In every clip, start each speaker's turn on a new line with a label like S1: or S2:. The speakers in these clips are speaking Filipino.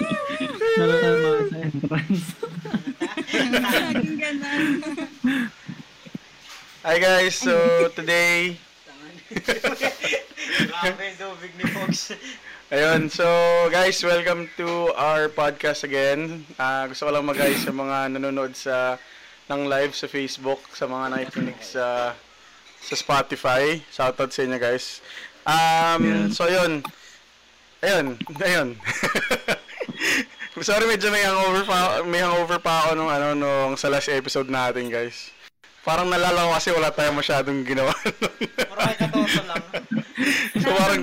S1: Nakatama sa entrance.
S2: Laging ganun.
S3: Hi guys, so today,
S4: Grabe yung tubig ni Fox.
S3: ayun, so guys, welcome to our podcast again. Ah, gusto ko lang mag sa mga nanonood sa ng live sa Facebook, sa mga nakikinig sa sa Spotify. Shoutout sa inyo guys. Um,
S1: Ayan.
S3: so yun. Ayun, ayun. Sorry, medyo may hangover pa, may hangover pa ako nung ano nung sa last episode natin, guys. Parang nalala ko kasi wala tayong masyadong ginawa.
S4: Puro kay katoso lang.
S3: so parang,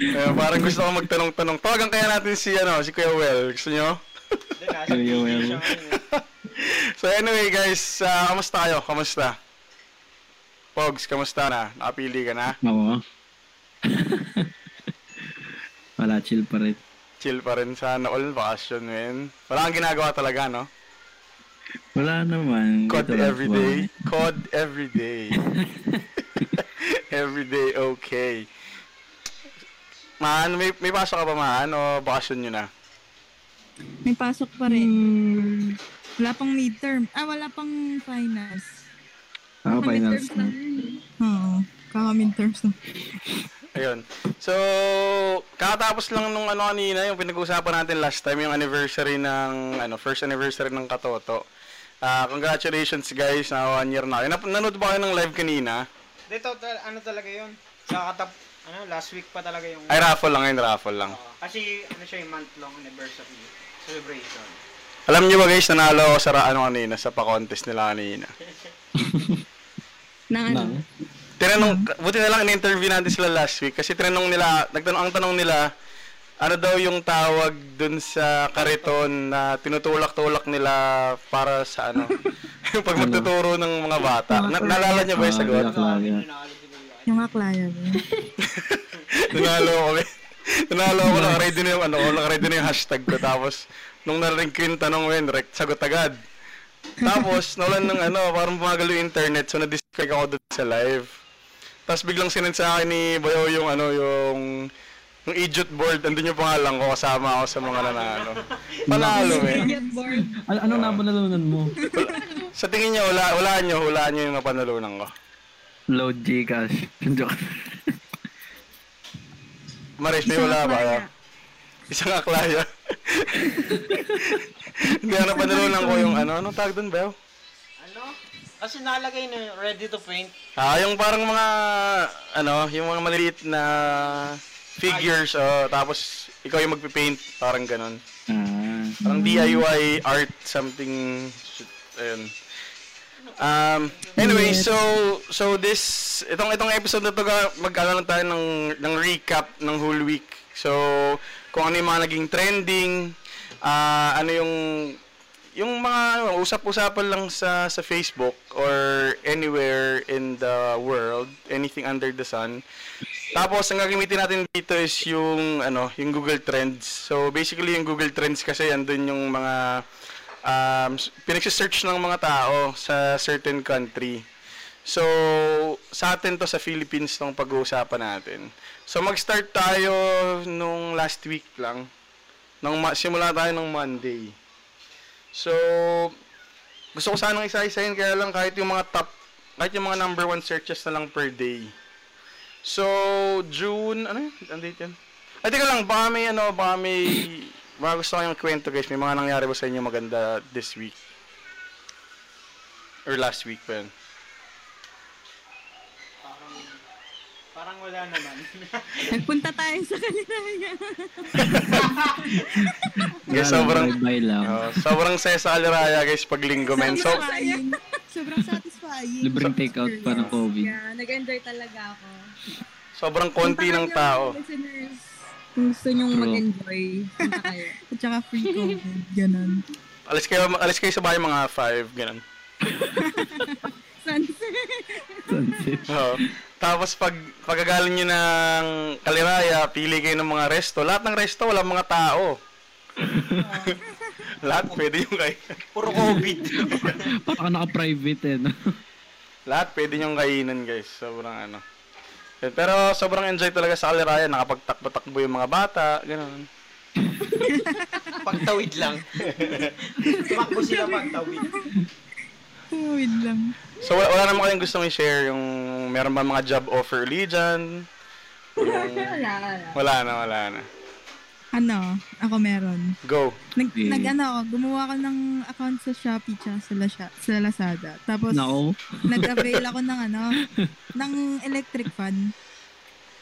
S3: eh, parang gusto ko magtanong-tanong. Tawagan kaya natin si, ano, si Kuya Well. Gusto nyo?
S4: Doon nasa
S1: Yo, yo,
S4: busy
S1: yo.
S4: siya ngayon.
S3: so anyway guys, ah, kamusta kayo? Kamusta? Pogs, kamusta na? Nakapili ka na?
S1: Ako. Wala, chill pa rin.
S3: Chill pa rin sa all vacation, man. Wala kang ginagawa talaga, no?
S1: Wala naman.
S3: Cod
S1: Dito lang
S3: every
S1: po.
S3: day. Cod every day. every day, okay. Man, may, may pasok ka ba, man? O vacation nyo na?
S2: May pasok pa rin. Wala pang midterm. Ah, wala pang finals.
S1: Ako
S2: Kaka
S1: finals
S2: midterms
S1: na.
S2: lang yun eh. Oo. Kaka midterms na.
S3: Ayun. So, kakatapos lang nung ano kanina, yung pinag-uusapan natin last time, yung anniversary ng, ano, first anniversary ng Katoto. Ah, congratulations guys, na one year na kayo. Nap- nanood ba kayo ng live kanina?
S4: Dito, tal- ano talaga yun? Sa katap, ano, last week pa talaga yung...
S3: Ay, raffle lang yun, raffle lang.
S4: Oo. kasi, ano siya, yung month-long anniversary celebration.
S3: Alam niyo ba guys, nanalo ako sa ra- ano kanina, sa pa-contest nila kanina.
S2: Nang ano?
S1: Ah,
S3: Tinanong, buti na lang in-interview natin sila last week kasi tinanong nila, nagtanong, ang tanong nila, ano daw yung tawag dun sa kariton na tinutulak-tulak nila para sa ano, yung pag magtuturo ng mga bata. Na, nalala niyo ba yung sagot?
S1: Ah, Lagi.
S4: Ano na alam siguro yun?
S2: Yung kaklaya mo.
S3: Nanalo kami. Nanalo ako, nakaready na yung ano, ko, nakaready na yung hashtag ko. Tapos, nung narinig ko yung tanong yun, direct sagot agad. Tapos, nawalan ng ano, parang bumagal yung internet, so na-disconnect ako doon sa live. Tapos biglang sinend sa akin ni Bayo yung ano, yung yung idiot board, andun yung pangalan ko, kasama ako sa mga nanalo. Panalo, eh.
S2: Get bored.
S1: An- anong napanalunan mo?
S3: Sa tingin niya, wala, wala niyo, wala niyo yung napanalunan ko.
S1: Load Gcash. Joke.
S3: Maris, may
S2: Isang
S3: wala ba?
S2: aklaya.
S3: Isang aklaya. Hindi, ano pa ko yung ano? Anong tag doon, Bel?
S4: Ano? Kasi nalagay na yung ready to paint.
S3: Ah, yung parang mga, ano, yung mga maliliit na figures, oh, tapos ikaw yung magpipaint, parang ganun.
S1: Ah.
S3: Parang DIY art, something, shit, ayun. Um, anyway, so, so this, itong, itong episode na to, ga- mag-ano lang tayo ng, ng recap ng whole week. So, kung ano yung mga naging trending, ah, ano yung, yung mga ano, usap-usapan lang sa sa Facebook or anywhere in the world, anything under the sun. Tapos ang gagamitin natin dito is yung ano, yung Google Trends. So basically yung Google Trends kasi andun yung mga um s- pinagse-search ng mga tao sa certain country. So sa atin to sa Philippines tong pag-uusapan natin. So mag-start tayo nung last week lang. Nung ma- simula tayo ng Monday. So gusto ko sanang isa-isahin kaya lang kahit yung mga top kahit yung mga number one searches na lang per day. So, June, ano yun? Ang date yun? Ay, teka lang, baka may, ano, baka may, baka gusto kayong kwento, guys. May mga nangyari ba sa inyo maganda this week? Or last week pa yun?
S4: Parang, parang wala naman.
S2: Nagpunta tayo sa kanila.
S3: Yeah,
S1: Wala lang,
S3: sobrang-
S1: bye-bye lang.
S3: Oo, Ah, sobrang saya sa Alaraya, guys, pag linggo, men. So,
S2: satisfying. Sobrang satisfying.
S1: Libreng takeout pa ng COVID.
S5: Yeah, nag-enjoy talaga ako.
S3: sobrang konti
S5: Punta
S3: ng
S5: kayo,
S3: tao.
S5: Listeners, kung gusto nyong
S1: True.
S5: mag-enjoy, punta kayo.
S2: At saka free COVID. Ganun.
S3: Alis kayo, alis kayo sa bahay mga 5, ganun.
S5: Sunset.
S1: Sunset.
S3: Oo. Tapos pag pagagaling nyo ng Kaliraya, pili kayo ng mga resto. Lahat ng resto, walang mga tao. Lahat, pwede yung kayo.
S4: Puro COVID.
S1: Baka naka-private eh. no?
S3: Lahat pwede niyong kainan, guys. Sobrang ano. Pero sobrang enjoy talaga sa Kaliraya. Nakapagtakbo-takbo yung mga bata. Ganun.
S4: Pagtawid lang. Tumakbo sila pagtawid.
S2: Wait lang.
S3: So wala, wala naman kayong gustong i-share yung meron ba mga job offer ulit dyan?
S5: Wala, wala.
S3: Wala na, wala na.
S2: Ano, ako meron.
S3: Go.
S2: Nag,
S1: Eh.
S2: nag ano ako, gumawa ako ng account sa Shopee tsaka sa, Lasha- sa Lazada. Tapos,
S1: Nako.
S2: nag-avail ako ng ano, ng electric fan.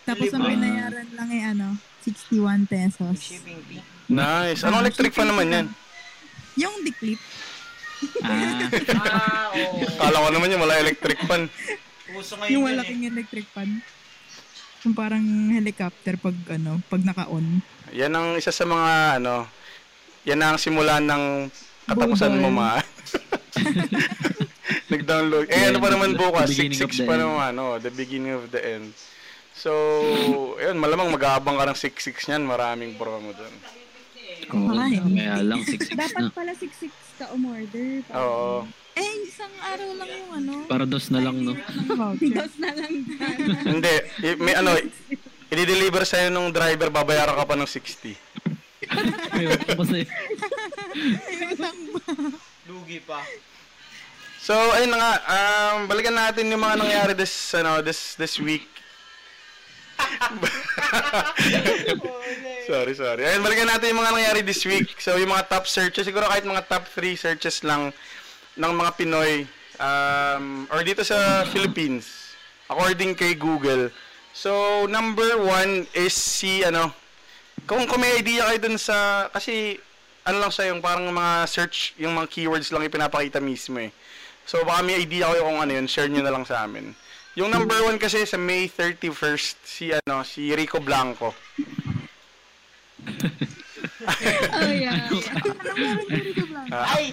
S2: Tapos ang
S4: Libre.
S2: binayaran lang ay ano, 61 pesos.
S4: Shipping fee.
S3: Nice. Anong electric fan naman yan?
S2: Yung declip,
S1: Ah,
S4: Ah, oo.
S3: Kala ko naman yung wala electric fan.
S4: Uso ngayon
S2: yung
S4: yan eh.
S2: malaking electric fan. Yung parang helicopter pag ano, pag naka-on.
S3: Yan ang isa sa mga ano, yan ang simula ng katapusan mo ma. Nag-download. Eh ano pa
S1: Yeah,
S3: naman
S1: the
S3: bukas?
S1: beginning of
S3: 66
S1: the
S3: pa
S1: end.
S3: naman, ano, the beginning of the end. So, ayun, malamang mag-aabang ka ng 66 niyan, maraming promo doon.
S1: oo.
S2: Ay.
S1: Kaya lang, 66
S5: Dapat
S1: na.
S5: pala 6-6 ka umorder.
S3: Oo.
S2: Eh, isang araw lang yung ano,
S1: Para dos na lang, no?
S2: ng voucher.
S5: Dos na lang.
S3: Hindi, i- may ano, i-deliver sa'yo nung driver, babayaran ka pa ng 60.
S1: Ayun, kasi
S2: Isang
S4: eh. Lugi pa.
S3: So, ayun na nga, um, balikan natin yung mga nangyari this, ano, this, this week. sorry, sorry. Ayun, balikan natin yung mga nangyari this week. So, yung mga top searches, siguro kahit mga top 3 searches lang ng mga Pinoy um, or dito sa Philippines according kay Google. So, number one is si, ano, kung, kung may idea kayo dun sa, kasi, ano lang siya, yung parang mga search, yung mga keywords lang yung pinapakita mismo eh. So, baka may idea kayo kung ano yun, share nyo na lang sa amin. Yung number one kasi sa May 31st, si, ano, si Rico Blanco.
S5: Oh, yeah.
S3: Ah,
S4: Ay,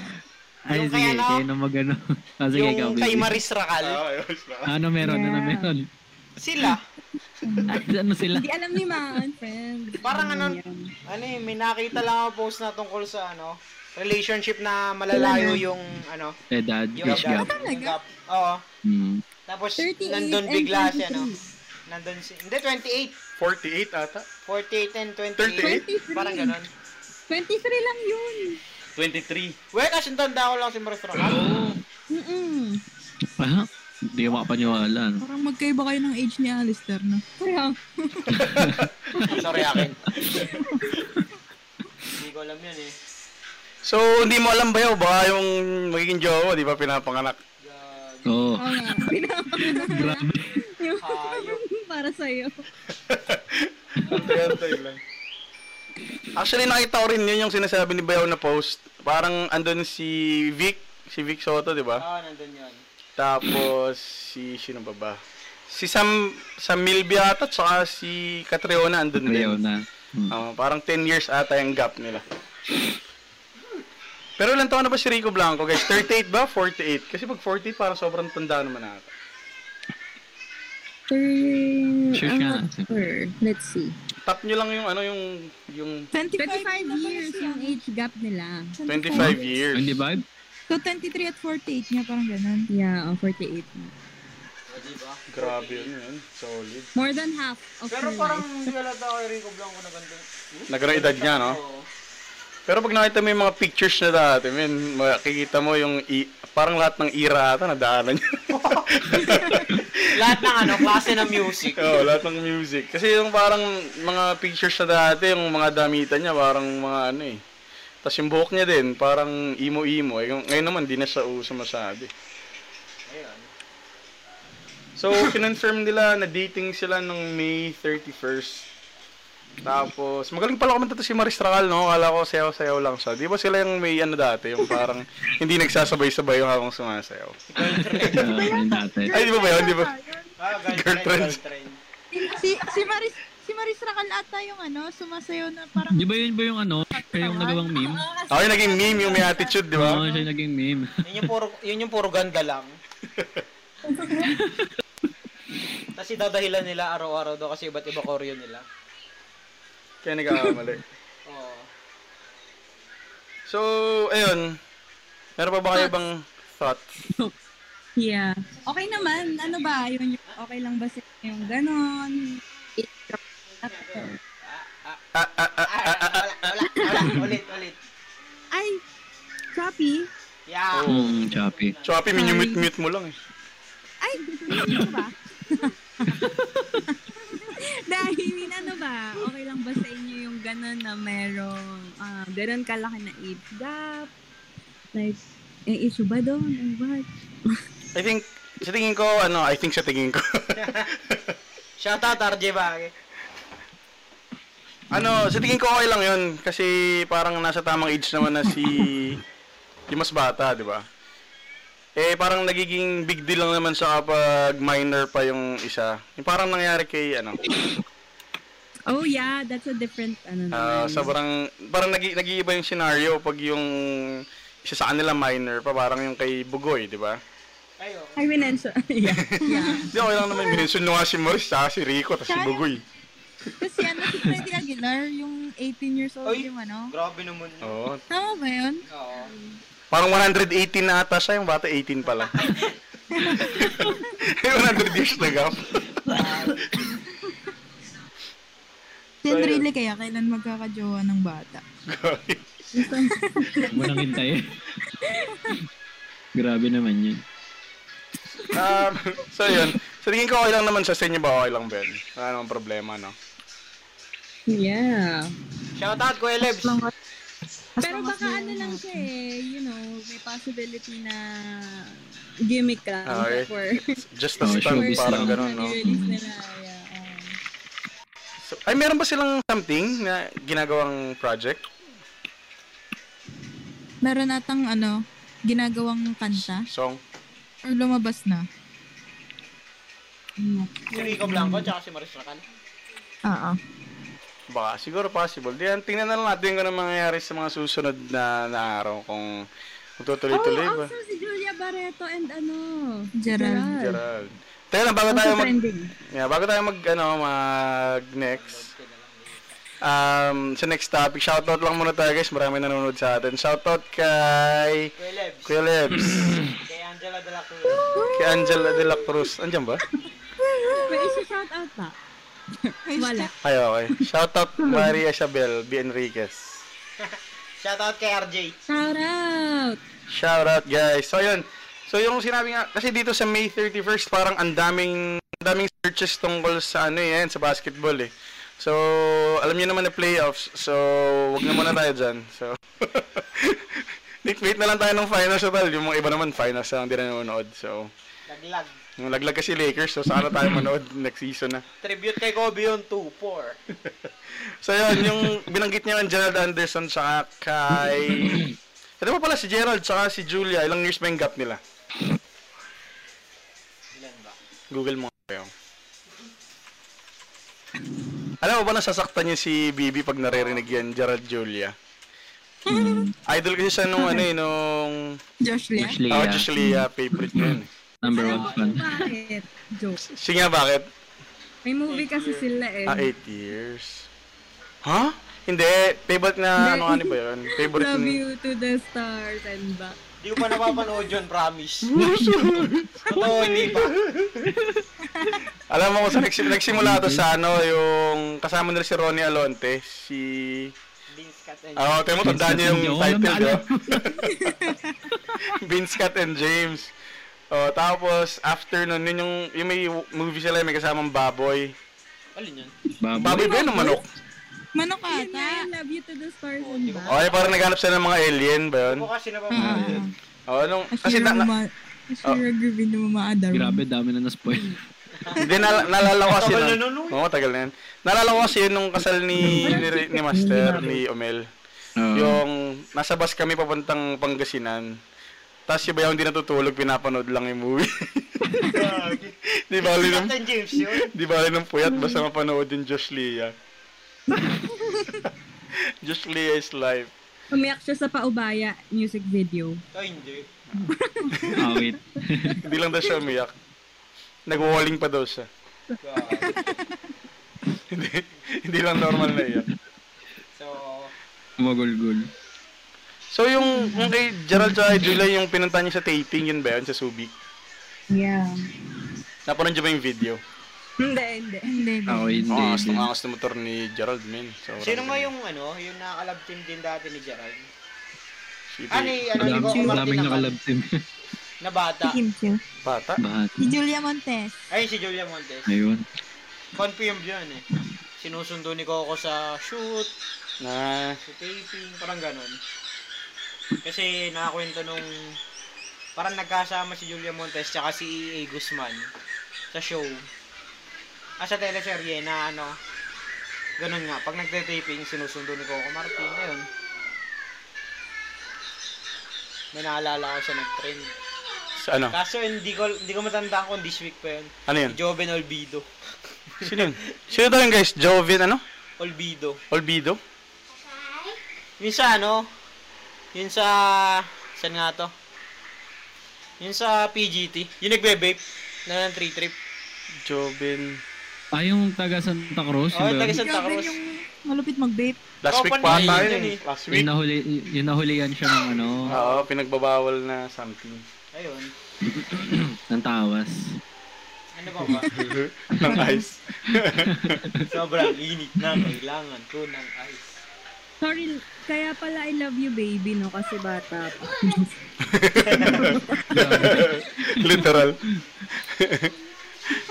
S1: Ay,
S4: Yung
S1: sige,
S4: kaya na-
S1: kayo na mag-ano. Ah, sige, ikaw,
S4: yung kay
S1: baby.
S4: Maris Racal.
S1: Ano meron? Ano
S5: Yeah.
S1: meron?
S4: Sila,
S1: Ay, ano sila?
S5: Hindi alam ni Ma'am, friend.
S4: Parang ano-
S5: Yan.
S4: ano eh, may nakita lang ako post na tungkol sa ano, relationship na malalayo yung ano,
S1: Edad,
S4: yung
S1: age gap.
S4: Yung gap. Oo.
S1: Hmm.
S4: Tapos
S5: 38
S4: nandun
S5: and
S4: bigla siya, no?
S5: 23.
S4: Nandun si... Hindi, 28.
S3: 48 ata.
S4: 48 and
S5: 23.
S4: 28. Parang ganun.
S5: 23 lang yun.
S6: 23.
S4: Well, kasi tanda ko lang si Maris Racal.
S5: Mm-mm.
S1: Ah, hindi ako makapaniwala. no?
S2: Parang magkaiba kayo ng age ni Alistair, no?
S5: Kaya,
S4: Sorry akin. Hindi ko alam yun eh.
S3: So, hindi mo alam ba yun? Baka yung magiging jowa, di ba, pinapanganak.
S4: Gag-
S1: Oo.
S5: oo nga. Pinapakita ko lang. Yung
S4: Hayop.
S5: para sa'yo.
S3: Actually, nakita ko rin yun yung sinasabi ni Bayaw na post. Parang andun si Vic, si Vic Soto, di ba?
S4: Oo, Ah, nandun yun.
S3: Tapos, si, sino ba ba? Si Sam, Sam Milbia ata, tsaka si Catriona andun din.
S1: Ayaw na. Hmm.
S3: Ah, parang 10 years ata yung gap nila. Pero ilang taon na ba si Rico Blanco, guys? 38 ba? 48? Kasi pag 48, parang sobrang tanda naman ata. Mm,
S5: Sure,
S1: Sure
S5: I'm
S1: ka.
S3: ano?
S5: not sure. Let's see.
S3: Tap nyo lang yung ano, yung, yung
S2: 25,
S5: 25 years yung age gap nila.
S3: 25 years.
S1: 25?
S2: So, 23 at 48 niya, parang ganun.
S5: Yeah, oh, 48. na.
S4: O, diba?
S3: Grabe yun, yun. Solid.
S5: More than half of
S4: Pero
S5: her
S4: parang
S5: life.
S4: hindi halata kay Rico Blanco na ganda.
S3: Nagkaroon edad niya, no?
S4: Oo.
S3: Pero pag nakita mo yung mga pictures na dati, man, makikita mo yung, i- parang lahat ng era ata, nadaanan niya.
S4: Lahat ng ano, klase ng music.
S3: Oo, lahat ng music. Kasi yung parang mga pictures na dati, yung mga damitan niya, parang mga ano eh. Tapos yung buhok niya din, parang imo-imo. Eh, yung- ngayon naman, di na siya uso masyado. eh.
S4: Ayun.
S3: So, kinonfirm nila na dating sila ng May 31st. Tapos, magaling pala kumanta to si Maris Tracal, no? Kala ko sayaw-sayaw lang siya. Di ba sila yung may ano dati, yung parang hindi nagsasabay-sabay yung habang sumasayaw? Ano
S1: Ah, yun dati.
S3: Ay, di ba ba yun? Di ba?
S4: Ah,
S3: Girlfriends.
S4: girlfriend, girlfriend.
S2: Si, si Maris, si Maris Racal ata yung ano, sumasayo na parang
S1: Di ba yun ba yung ano? Siya yung nagawang meme?
S3: Ako yung naging meme, yung may attitude, di
S1: Oo,
S3: ba?
S1: siya yung naging meme.
S4: Yun yung puro, yun yung puro ganda lang. Tapos idadahilan nila araw-araw daw kasi iba't iba koryo nila.
S3: Kaya nagkakamali.
S4: Oo.
S3: So, ayun. Meron pa ba kayo bang thoughts?
S5: Yeah. Okay naman. Ano ba? Yun, yung- okay lang ba sa inyo yung ganon? Age gap.
S3: Ah, ah, ah,
S4: Ah, wala, wala, wala. ulit, ulit.
S5: Ay, Shopee?
S4: Yeah.
S1: Hmm, choppy.
S3: So, happy, minumute-mute mo lang eh.
S5: Ay, hindi ko ba? Dahil, ano ba, okay lang ba sa inyo yung ganun na merong, ah, ganun kalaki na age gap? Like, eh, issue ba doon? Or what?
S3: I think, sa tingin ko, ano, I think sa tingin ko.
S4: Shout out RJ Bagay.
S3: ano, sa tingin ko okay lang yun. Kasi parang nasa tamang age naman na si... yung mas bata, di ba? Eh, parang nagiging big deal lang naman sa kapag minor pa yung isa. Yung parang nangyari kay, ano,
S5: Oh, yeah, that's a different, ano
S3: Ah,
S5: naman.
S3: sobrang parang nag nag-iiba yung scenario pag yung isa sa kanila minor pa parang yung kay Bugoy, di ba?
S4: Ayo.
S5: Ay, minensyo. yeah. yeah.
S3: Hindi okay lang naman minention nung nga si Morris, tsaka si Rico, tapos si Bugoy.
S2: Kasi ano, si Freddy Aguilar, yung 18 years old
S4: Oy.
S2: yung ano.
S4: Grabe naman.
S3: Oo.
S4: Oo.
S2: Tama ba yun?
S3: Parang 118 na ata siya, yung bata 18 pala. 100 years na gap.
S2: Then
S3: Ayun.
S2: really kaya, kailan magkakajowa ng bata?
S1: Walang hintay. Grabe naman yun.
S3: um, so yun. Sa tingin ko okay lang naman sa sa inyo ba okay lang Ben? Wala namang problema, no?
S5: yeah.
S4: Shout out Kuya Lebs.
S5: Pero baka ano lang siya eh, you know, may possibility na gimmick lang
S3: Okay. Ano?
S5: for
S3: Just a
S1: Oh,
S3: stunt,
S1: showbiz
S3: parang
S1: lang.
S3: ganun, no?
S5: release nila. Yeah. um.
S3: So, ay, meron ba silang something na ginagawang project?
S2: Meron natang ano, ginagawang kanta?
S3: Song?
S2: Or lumabas na?
S4: Si Rico Blanco tsaka si Maris Racal.
S2: Oo.
S3: Baka, siguro possible. Diyan, tingnan na lang natin kung ano mangyayari sa mga susunod na, na araw. Kung, kung tutuloy-tuloy
S5: Oh,
S3: ba.
S5: also si Julia Barreto and ano,
S2: Gerald.
S5: Gerald.
S3: Gerald. Teka lang, bago tayo
S5: Also
S3: mag,
S5: trending.
S3: yeah, bago tayo mag, ano, mag next. Um, sa next topic, shoutout lang muna tayo guys. Marami nanonood sa atin. Shoutout kay
S4: Kuya Lebs.
S3: Kuya Lebs,
S4: Kay Angela de la Cruz.
S3: kay Angela de la Cruz. Andiyan ba?
S5: May isa shout out ba? Wala.
S3: Ay, okay. Shoutout Maria Isabel B. Enriquez.
S4: Shout out kay RJ.
S5: Shout out.
S3: Shout out guys. So yun. So yung sinabi nga kasi dito sa May 31st parang ang daming ang daming searches tungkol sa ano eh, yan, sa basketball eh. So alam niyo naman na playoffs. So wag na muna tayo diyan. So Nick, wait na lang tayo ng finals total. Yung mga iba naman finals lang hindi na nanonood. So
S4: Laglag.
S3: yung laglag kasi Lakers. So saan na tayo manood next season na.
S4: Tribute kay Kobe yun, 2-4.
S3: So yun, yung binanggit niya ang Gerald Anderson sa kay... Ito pa pala si Gerald saka si Julia. Ilang years ba yung gap nila?
S4: Ilan ba?
S3: Google mo nga kayo. Alam mo ba nasasaktan niya si Bibi pag naririnig yan, Gerald Julia? Idol kasi siya nung ano eh, nung...
S2: Josh Lea?
S1: Actually,
S3: Oh,
S1: yeah.
S3: just Leah, favorite niya yun. eh.
S1: number
S5: Alam
S1: one
S5: mo
S1: fan.
S5: kung bakit? Joke.
S3: Sige nga, bakit?
S5: May movie kasi sila eh.
S3: Ah, 8 years. Huh? Hindi, favorite na ano ano ba yun? Favorite
S5: Love
S3: ni...
S5: you to the stars and back.
S4: Di ko pa napapanood yun, promise. Totoo, hindi pa.
S3: Alam mo kung saan nagsim- nagsimula to sa ano, yung kasama nila si Ronnie Alonte, si...
S4: Vince Cat and
S3: Ah, oh, tayo mo, tandaan niyo
S1: James
S3: yung
S1: Cat and
S3: title, di ba?
S1: James.
S3: Vince Scott and James. Oh, tapos after nun, yun yung, yung may movie sila, may kasamang baboy. mm.
S4: Alin yun?
S1: Baboy.
S3: Baboy ba yun o manok?
S2: Manok
S5: Yun nga,
S2: ata.
S5: yung love you to the stars
S4: Oh,
S5: and
S4: di ko-
S5: back.
S3: Oh, yung parang naghanap sila ng mga alien ba yun?
S4: Hindi ko kasi napapanood
S2: Oo.
S4: yun.
S3: Oh, nung, kasi Oh.
S2: Ashira
S3: na, na,
S2: Uma... Ashira Griffin na mamaadar.
S1: Grabe, dami na na-spoil.
S3: hindi, nala- nalala ko kasi
S4: Tagal
S3: nun.
S4: na nun, no?
S3: Oo, tagal na yun. Nalala ko kasi yun nung kasal ni, ni, ni Master, ni Omel.
S1: Uh,
S3: Yung nasa bus kami papuntang Pangasinan. Tapos yung bayaw hindi natutulog, pinapanood lang yung movie.
S4: Gagi.
S3: di ba,
S4: Si
S3: alin
S4: Captain James yun.
S3: Di ba rin ng puyat, basta mapanood yung Josh Leah. Josh Leah is life.
S5: Umiyak siya sa Paubaya music video.
S4: Ay, Oh, hindi.
S1: awit.
S3: Hindi lang daw siya umiyak. Nag-walling pa daw siya.
S4: Gagi.
S3: hindi, hindi lang normal na iyak.
S4: So,
S1: Magulgul.
S3: So yung, yung kay Gerald sa July, yung pinunta niya sa taping, yun ba yun, sa Subic?
S5: Yeah.
S3: Napanood niyo ba yung video?
S5: Hindi, hindi.
S2: Hindi,
S1: Ako
S2: babe.
S1: hindi.
S3: Oo,
S4: Ah,
S3: oh,
S1: din.
S3: angas ng motor ni Gerald, men. Sobrang
S4: Sino nga
S3: galing.
S4: yung ano, yung nakalab team din dati ni Gerald?
S3: Si
S4: Ah,
S3: Babe.
S4: ni, ano, ni
S1: Madam,
S4: Coco
S1: madaming
S4: Martin naman,
S1: nakalab team.
S4: na
S2: Si
S4: bata.
S2: Kim Chiu.
S3: Bata.
S1: Bahat.
S2: Si Julia Montes.
S4: Ay, si Julia Montes.
S1: Ayun.
S4: Confirmed yun eh. Sinusundo ni Coco sa shoot,
S3: Na,
S4: sa taping, parang ganun. Kasi nakakwento nung parang nagkasama si Julia Montes tsaka si E.A. Guzman sa show. Ah, sa teleserye na ano, ganun nga, pag nagte-taping, sinusundo ni Coco Martin, ayun. May naalala ko siya nag-trend.
S3: sa ano?
S4: Kaso hindi ko hindi ko matandaan kung this week pa yun.
S3: Ano yun?
S4: Joven Olbido.
S3: Sino yun? Sino daw yun, guys? Jovin, ano?
S4: Olbido.
S3: Olbido?
S4: Yun sa ano? Yun sa... Saan nga to? Yun sa PGT. Yung nagbe-vape. Na ng tree trip.
S3: Jovin.
S1: Ah, yung taga Santa Cruz.
S4: Oh,
S1: yung
S4: taga
S1: taga
S2: Si
S4: Santa
S2: Joven
S4: Cruz.
S2: yung malupit mag-vape.
S3: Last
S4: Oh,
S3: week pa
S4: panahon
S3: ata
S4: yun
S3: yun.
S4: eh.
S3: Last
S1: yung
S3: week.
S1: nahuli, yung nahulian siya ng ano,
S4: Ah.
S3: Oo, pinagbabawal na something.
S4: Ayun.
S1: ng tawas.
S4: Ano ba ba?
S3: Ng ice.
S4: Sobrang init na kailangan ko ng ice.
S5: Sorry, kaya pala I love you baby, no? Kasi bata pa.
S3: Literal.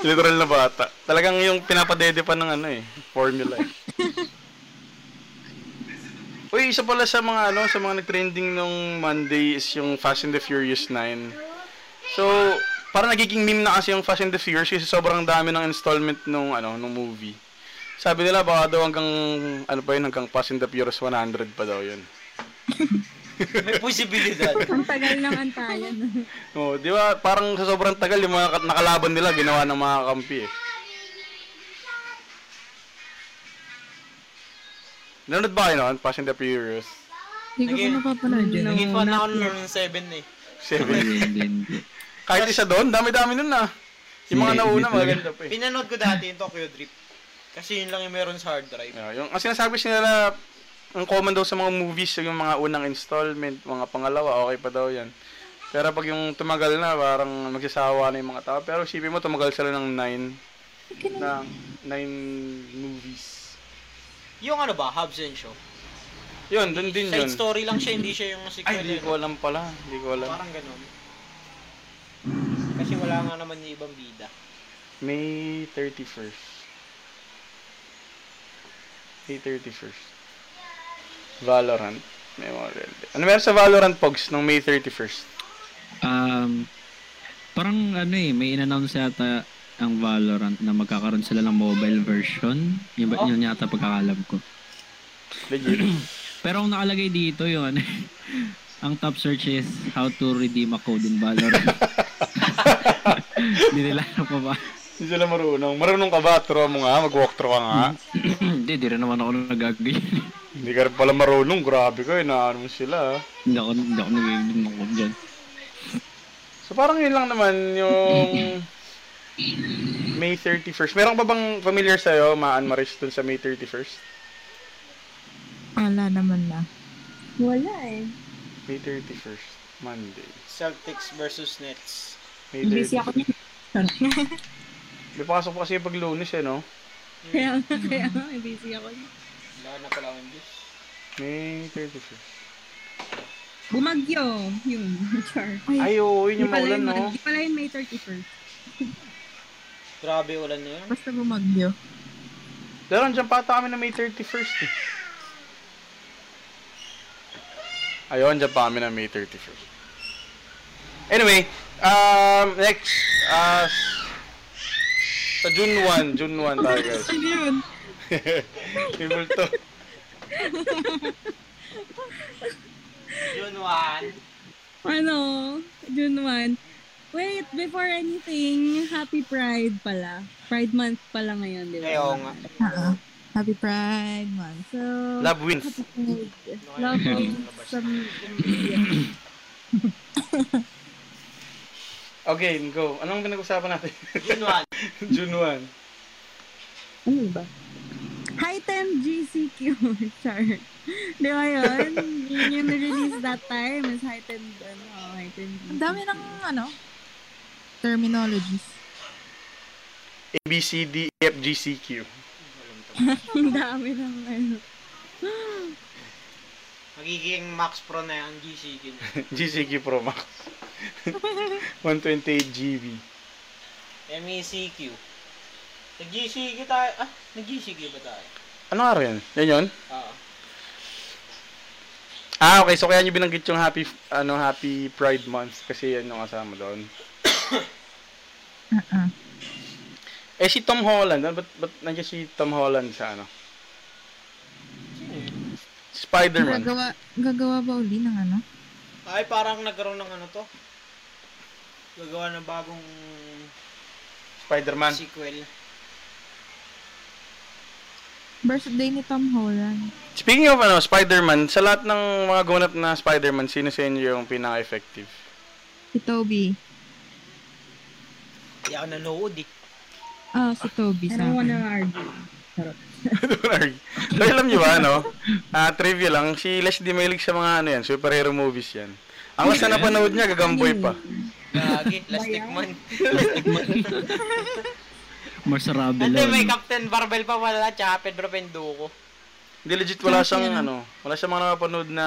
S3: Literal na bata. Talagang yung pinapadede pa ng ano eh, formula eh. Uy, isa pala sa mga ano, sa mga nag-trending nung Monday is yung Fast and the Furious 9. So, parang nagiging meme na kasi yung Fast and the Furious kasi sobrang dami ng installment nung ano, nung movie. Sabi nila baka daw hanggang ano ba yun, hanggang Fast and the Furious 100 pa daw yun.
S4: May posibilidad.
S5: Ang tagal naman tayo. no?
S3: Oh, di ba? Parang sa sobrang tagal yung mga kat- nakalaban nila ginawa ng mga kampi eh. Nanonood ba kayo noon? Fast and the Furious?
S2: Hindi ko
S4: Naging-
S2: pa napapanood yun.
S4: Naging fan ako ng 7 eh.
S3: Seven.
S1: Hindi, hindi, hindi.
S3: Kahit isa doon, dami-dami nun ah. Yung mga
S1: Hindi,
S3: nauna,
S1: hindi talaga.
S3: maganda pa eh.
S4: Pinanood ko dati yung Tokyo Drift. Kasi yun lang yung meron sa hard drive.
S3: Yeah, yung, ang sinasabi siya nila, ang common daw sa mga movies, yung mga unang installment, mga pangalawa, okay pa daw yan. Pero pag yung tumagal na, parang magsasawa na yung mga tao. Pero isipin mo, tumagal sila ng nine. Na, nine movies.
S4: Yung ano ba? Hobbs and Shaw.
S3: Yun, dun din yun.
S4: Side story lang siya, hindi siya yung sequel.
S3: Ay, hindi
S4: eh, no?
S3: ko alam pala. Hindi ko alam.
S4: Parang ganun. Kasi wala nga naman yung ibang bida.
S3: May 31st. May 31st. Valorant. May mga rebelde. Ano meron sa Valorant Pogs nung May 31st?
S1: Um, parang ano eh, may in-announce yata ang Valorant na magkakaroon sila ng mobile version. Yun,
S4: Ah.
S1: ba- yun yata pagkakalab ko.
S3: Legit.
S1: Pero ang nakalagay dito yun, ang top search is how to redeem a code in Valorant. Hindi nila alam pa ba?
S3: Hindi sila marunong. Marunong ka ba? Turo mo nga. Mag-walkthrough ka nga.
S1: Hindi, di rin naman ako nagagay.
S3: Hindi ka rin pala marunong. Grabe ka. Inaano mo sila. ah.
S1: hindi ako, hindi ako nagagay ng code dyan.
S3: So parang yun lang naman yung May 31st. Meron ba bang familiar sa'yo, Maan Maris, dun sa May 31st?
S2: Wala naman na.
S5: Wala eh.
S3: May 31st. Monday.
S4: Celtics versus Nets.
S3: May
S5: Busy
S3: 31st.
S5: ako niya.
S3: May pasok pa kasi pag lunes eh, no?
S5: Kaya, kaya, busy ako niya.
S4: Wala na pala akong Diyos.
S3: May 31st.
S5: Bumagyo. Yun. Char.
S3: Ay, oo, yun
S5: Hindi
S3: yung
S5: pala
S3: maulan,
S5: yung,
S3: no?
S5: hindi pala yung May 31st.
S4: Grabe ulan na yun.
S2: Basta bumagyo.
S3: Pero nandiyan pa ata kami na May 31st eh. Ayun, nandiyan pa kami na May 31st. Anyway, um, next, uh, sa June 1, June 1 tayo guys.
S2: Yun.
S3: May multo.
S4: June 1.
S5: Ano? June 1. Wait, before anything, happy Pride pala. Pride month pala ngayon, di ba?
S4: Ayaw Eh, nga.
S2: Oo. Happy Pride Month.
S5: So,
S3: Love wins.
S5: happy Pride. Love of some...
S3: Okay, go. Anong pinag-usapan natin?
S4: June 1.
S3: June 1.
S5: Ano ba? Heightened GCQ, char. Di ba yun? Yun yung release that time is heightened, ano, heightened
S2: Ang dami ng, ano, terminologies.
S3: A, B, C, D, E, F, G, C, Q.
S5: Ang dami ng ano.
S4: Magiging Max Pro na yung GCQ na.
S3: GCQ Pro Max. 128 GB.
S4: MECQ. Nag-GCQ tayo. Ah, nag-GCQ ba tayo?
S3: Ano araw yan? Yan yun?
S4: Oo.
S3: Ah, okay. So, kaya nyo binanggit yung happy, ano, happy Pride Month kasi yan yung kasama doon.
S2: Ah, ah.
S3: Eh, si Tom Holland. Ano, ba't, ba't nandiyan si Tom Holland sa ano?
S4: Sino yun?
S3: Spider-Man.
S2: Gagawa, gagawa ba uli ng ano?
S4: Ay, parang nagkaroon ng ano to. Gagawa ng bagong
S3: Spider-Man.
S4: sequel.
S2: Birthday ni Tom Holland.
S3: Speaking of ano, Spider-Man, sa lahat ng mga gumanap na Spider-Man, sino sa inyo yung pinaka-effective?
S2: Si Toby.
S4: Hindi ako nanood eh.
S2: Ah, si Toby
S5: I
S2: sa
S5: don't wanna
S2: akin.
S5: Ano argue.
S3: so, alam nyo ba, ano? Ah, trivia lang, si Leslie mahilig sa mga ano yan, superhero movies yan. Ang mas na napanood niya, gagamboy pa.
S4: Gagi, Lastic Man.
S1: Marsarabel.
S4: Hindi, may Captain Barbell pa wala, tsaka Pedro Penduko.
S3: Hindi, legit, wala siyang ano, wala siyang mga napanood na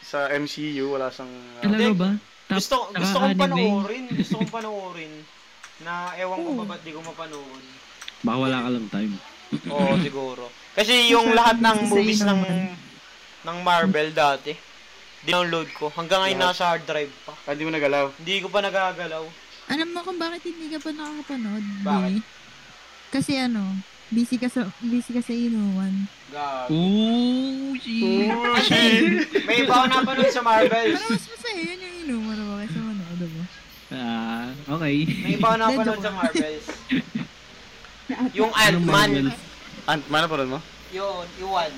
S3: sa MCU, wala siyang... ah,
S1: Alam mo ba? Tap-
S4: Gusto,
S1: saka
S4: gusto kong
S1: anime.
S4: panoorin. Gusto kong panoorin. Na ewan ko ba ba't di ko mapanood.
S1: Baka wala ka lang time.
S4: Oo, siguro. Kasi yung lahat ng movies ng ng Marvel dati, dinownload ko. Hanggang ngayon nasa hard drive pa.
S3: Ah, di mo nagalaw.
S4: Hindi ko pa nagagalaw.
S2: Alam mo kung bakit hindi ka pa nakakapanood?
S4: Bakit?
S2: Jay? Kasi ano, busy ka sa, busy ka sa inuman.
S4: Gag.
S1: Oh, shit.
S4: May iba ako napanood sa Marvel.
S2: Pero mas masaya yun yung inuman mo kaysa manood mo.
S1: Ah, okay.
S4: May iba ako napanood sa Marvel. Yung Ant-Man.
S3: Ant, man, napanood mo?
S4: Yun, Iwan.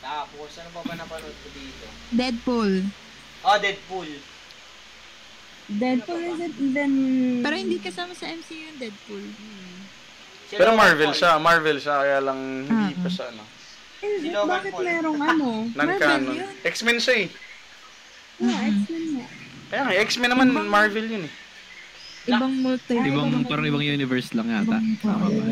S4: Tapos, ano pa ba napanood ko dito?
S2: Deadpool.
S4: Oh, Deadpool.
S5: Deadpool is it then...
S2: Pero hindi kasama sa MCU yung Deadpool.
S4: Sino
S3: Pero
S4: yung
S3: Marvel
S4: Deadpool?
S3: siya, Marvel siya, kaya lang hindi
S2: Ah,
S3: pa
S2: ah.
S3: siya, ano,
S5: Hindi,
S4: Sino
S5: eh, bakit
S4: Deadpool?
S5: merong ano?
S3: non-canon.
S2: yun.
S3: X-Men siya eh.
S5: Yeah, X-Men nga.
S3: Kaya nga, X-Men naman, Marvel yun eh.
S2: Ibang multi.
S1: Ibang, parang ibang universe lang yata. Tama ba?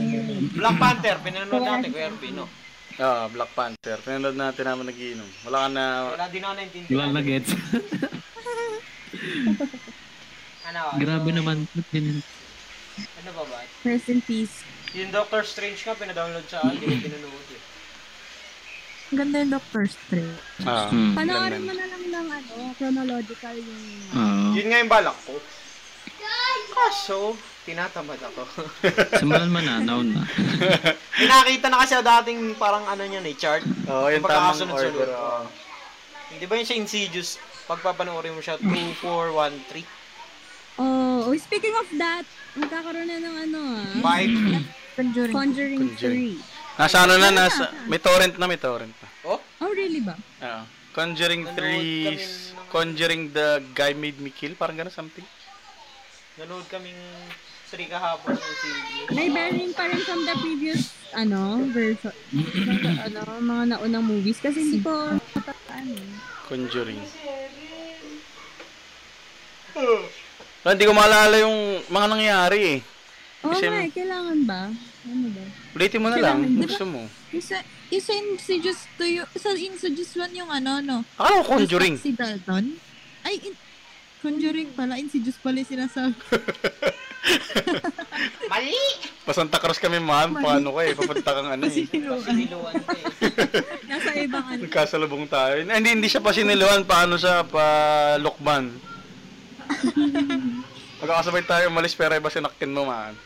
S4: Black Panther, pinanood natin ko Erwin, no?
S3: Ah, Black Panther. Pinanood natin naman nagiinom. Wala ka na...
S4: Wala din ako naintindihan.
S1: Wala na gets.
S4: Ano, ano,
S1: Grabe naman.
S4: Ano ba ba?
S5: Rest in peace.
S4: Yung Doctor Strange ka, pinadownload sa akin, hindi ko pinanood eh.
S2: Ang ganda yung Doctor Strange.
S3: Ah,
S1: Hmm.
S5: Panoorin mo na lang ng ano, chronological yung...
S1: Oo.
S4: Yun nga yung balak ko. Kaso, tinatamad ako.
S1: Simulan mo na, noun na.
S4: Pinakita na kasi dating parang ano niyan eh, chart.
S3: Oo, yung tamang order. oo.
S4: Hindi ba yun sa Insidious? Pagpapanoorin mo siya, 2, 4, 1, 3,
S5: Oh, oh, speaking of that, magkakaroon na ng ano ah.
S4: 5.
S2: Conjuring.
S5: Conjuring
S3: Conjuring.
S5: 3.
S3: Nasa ano na, nasa... May torrent na, may torrent na.
S4: Oh,
S5: Oh, really ba?
S3: Oo. Ah, Conjuring 3...
S4: Nanood kami
S3: s-
S4: ng-
S3: Conjuring the guy made me kill. Parang gano'n something.
S4: nanood kaming 3 kahapon sa Insidious.
S5: May bearing pa rin from the previous, ano, version. from the, ano, mga naunang movies. Kasi hindi ko, ano,
S3: Conjuring. Wala, Ah, hindi ko maalala yung mga nangyari eh.
S5: oh
S3: Kasi-
S5: nga, eh, kailangan ba? Ano ba?
S3: Ulitin mo na lang.
S2: Kailangan, di ba?
S3: Gusto mo.
S2: Yung sa, yung sa Insidious 2, yung, sa Insidious 1 yung ano, no?
S3: Akala ko Conjuring.
S2: Si Dalton? Ay, in, Conjuring pala. Insidious pala yung sinasabi.
S4: Mali!
S3: Pasanta Cruz kami, ma'am. Paano ka eh? Papunta kang ano eh.
S4: Pasiluan ka eh.
S5: Nasa ibang ano.
S3: Nagkasalubong tayo. Hindi, hindi siya pa siniluan. Paano siya pa lukban? Magkakasabay tayo umalis pero iba sinakkin mo man.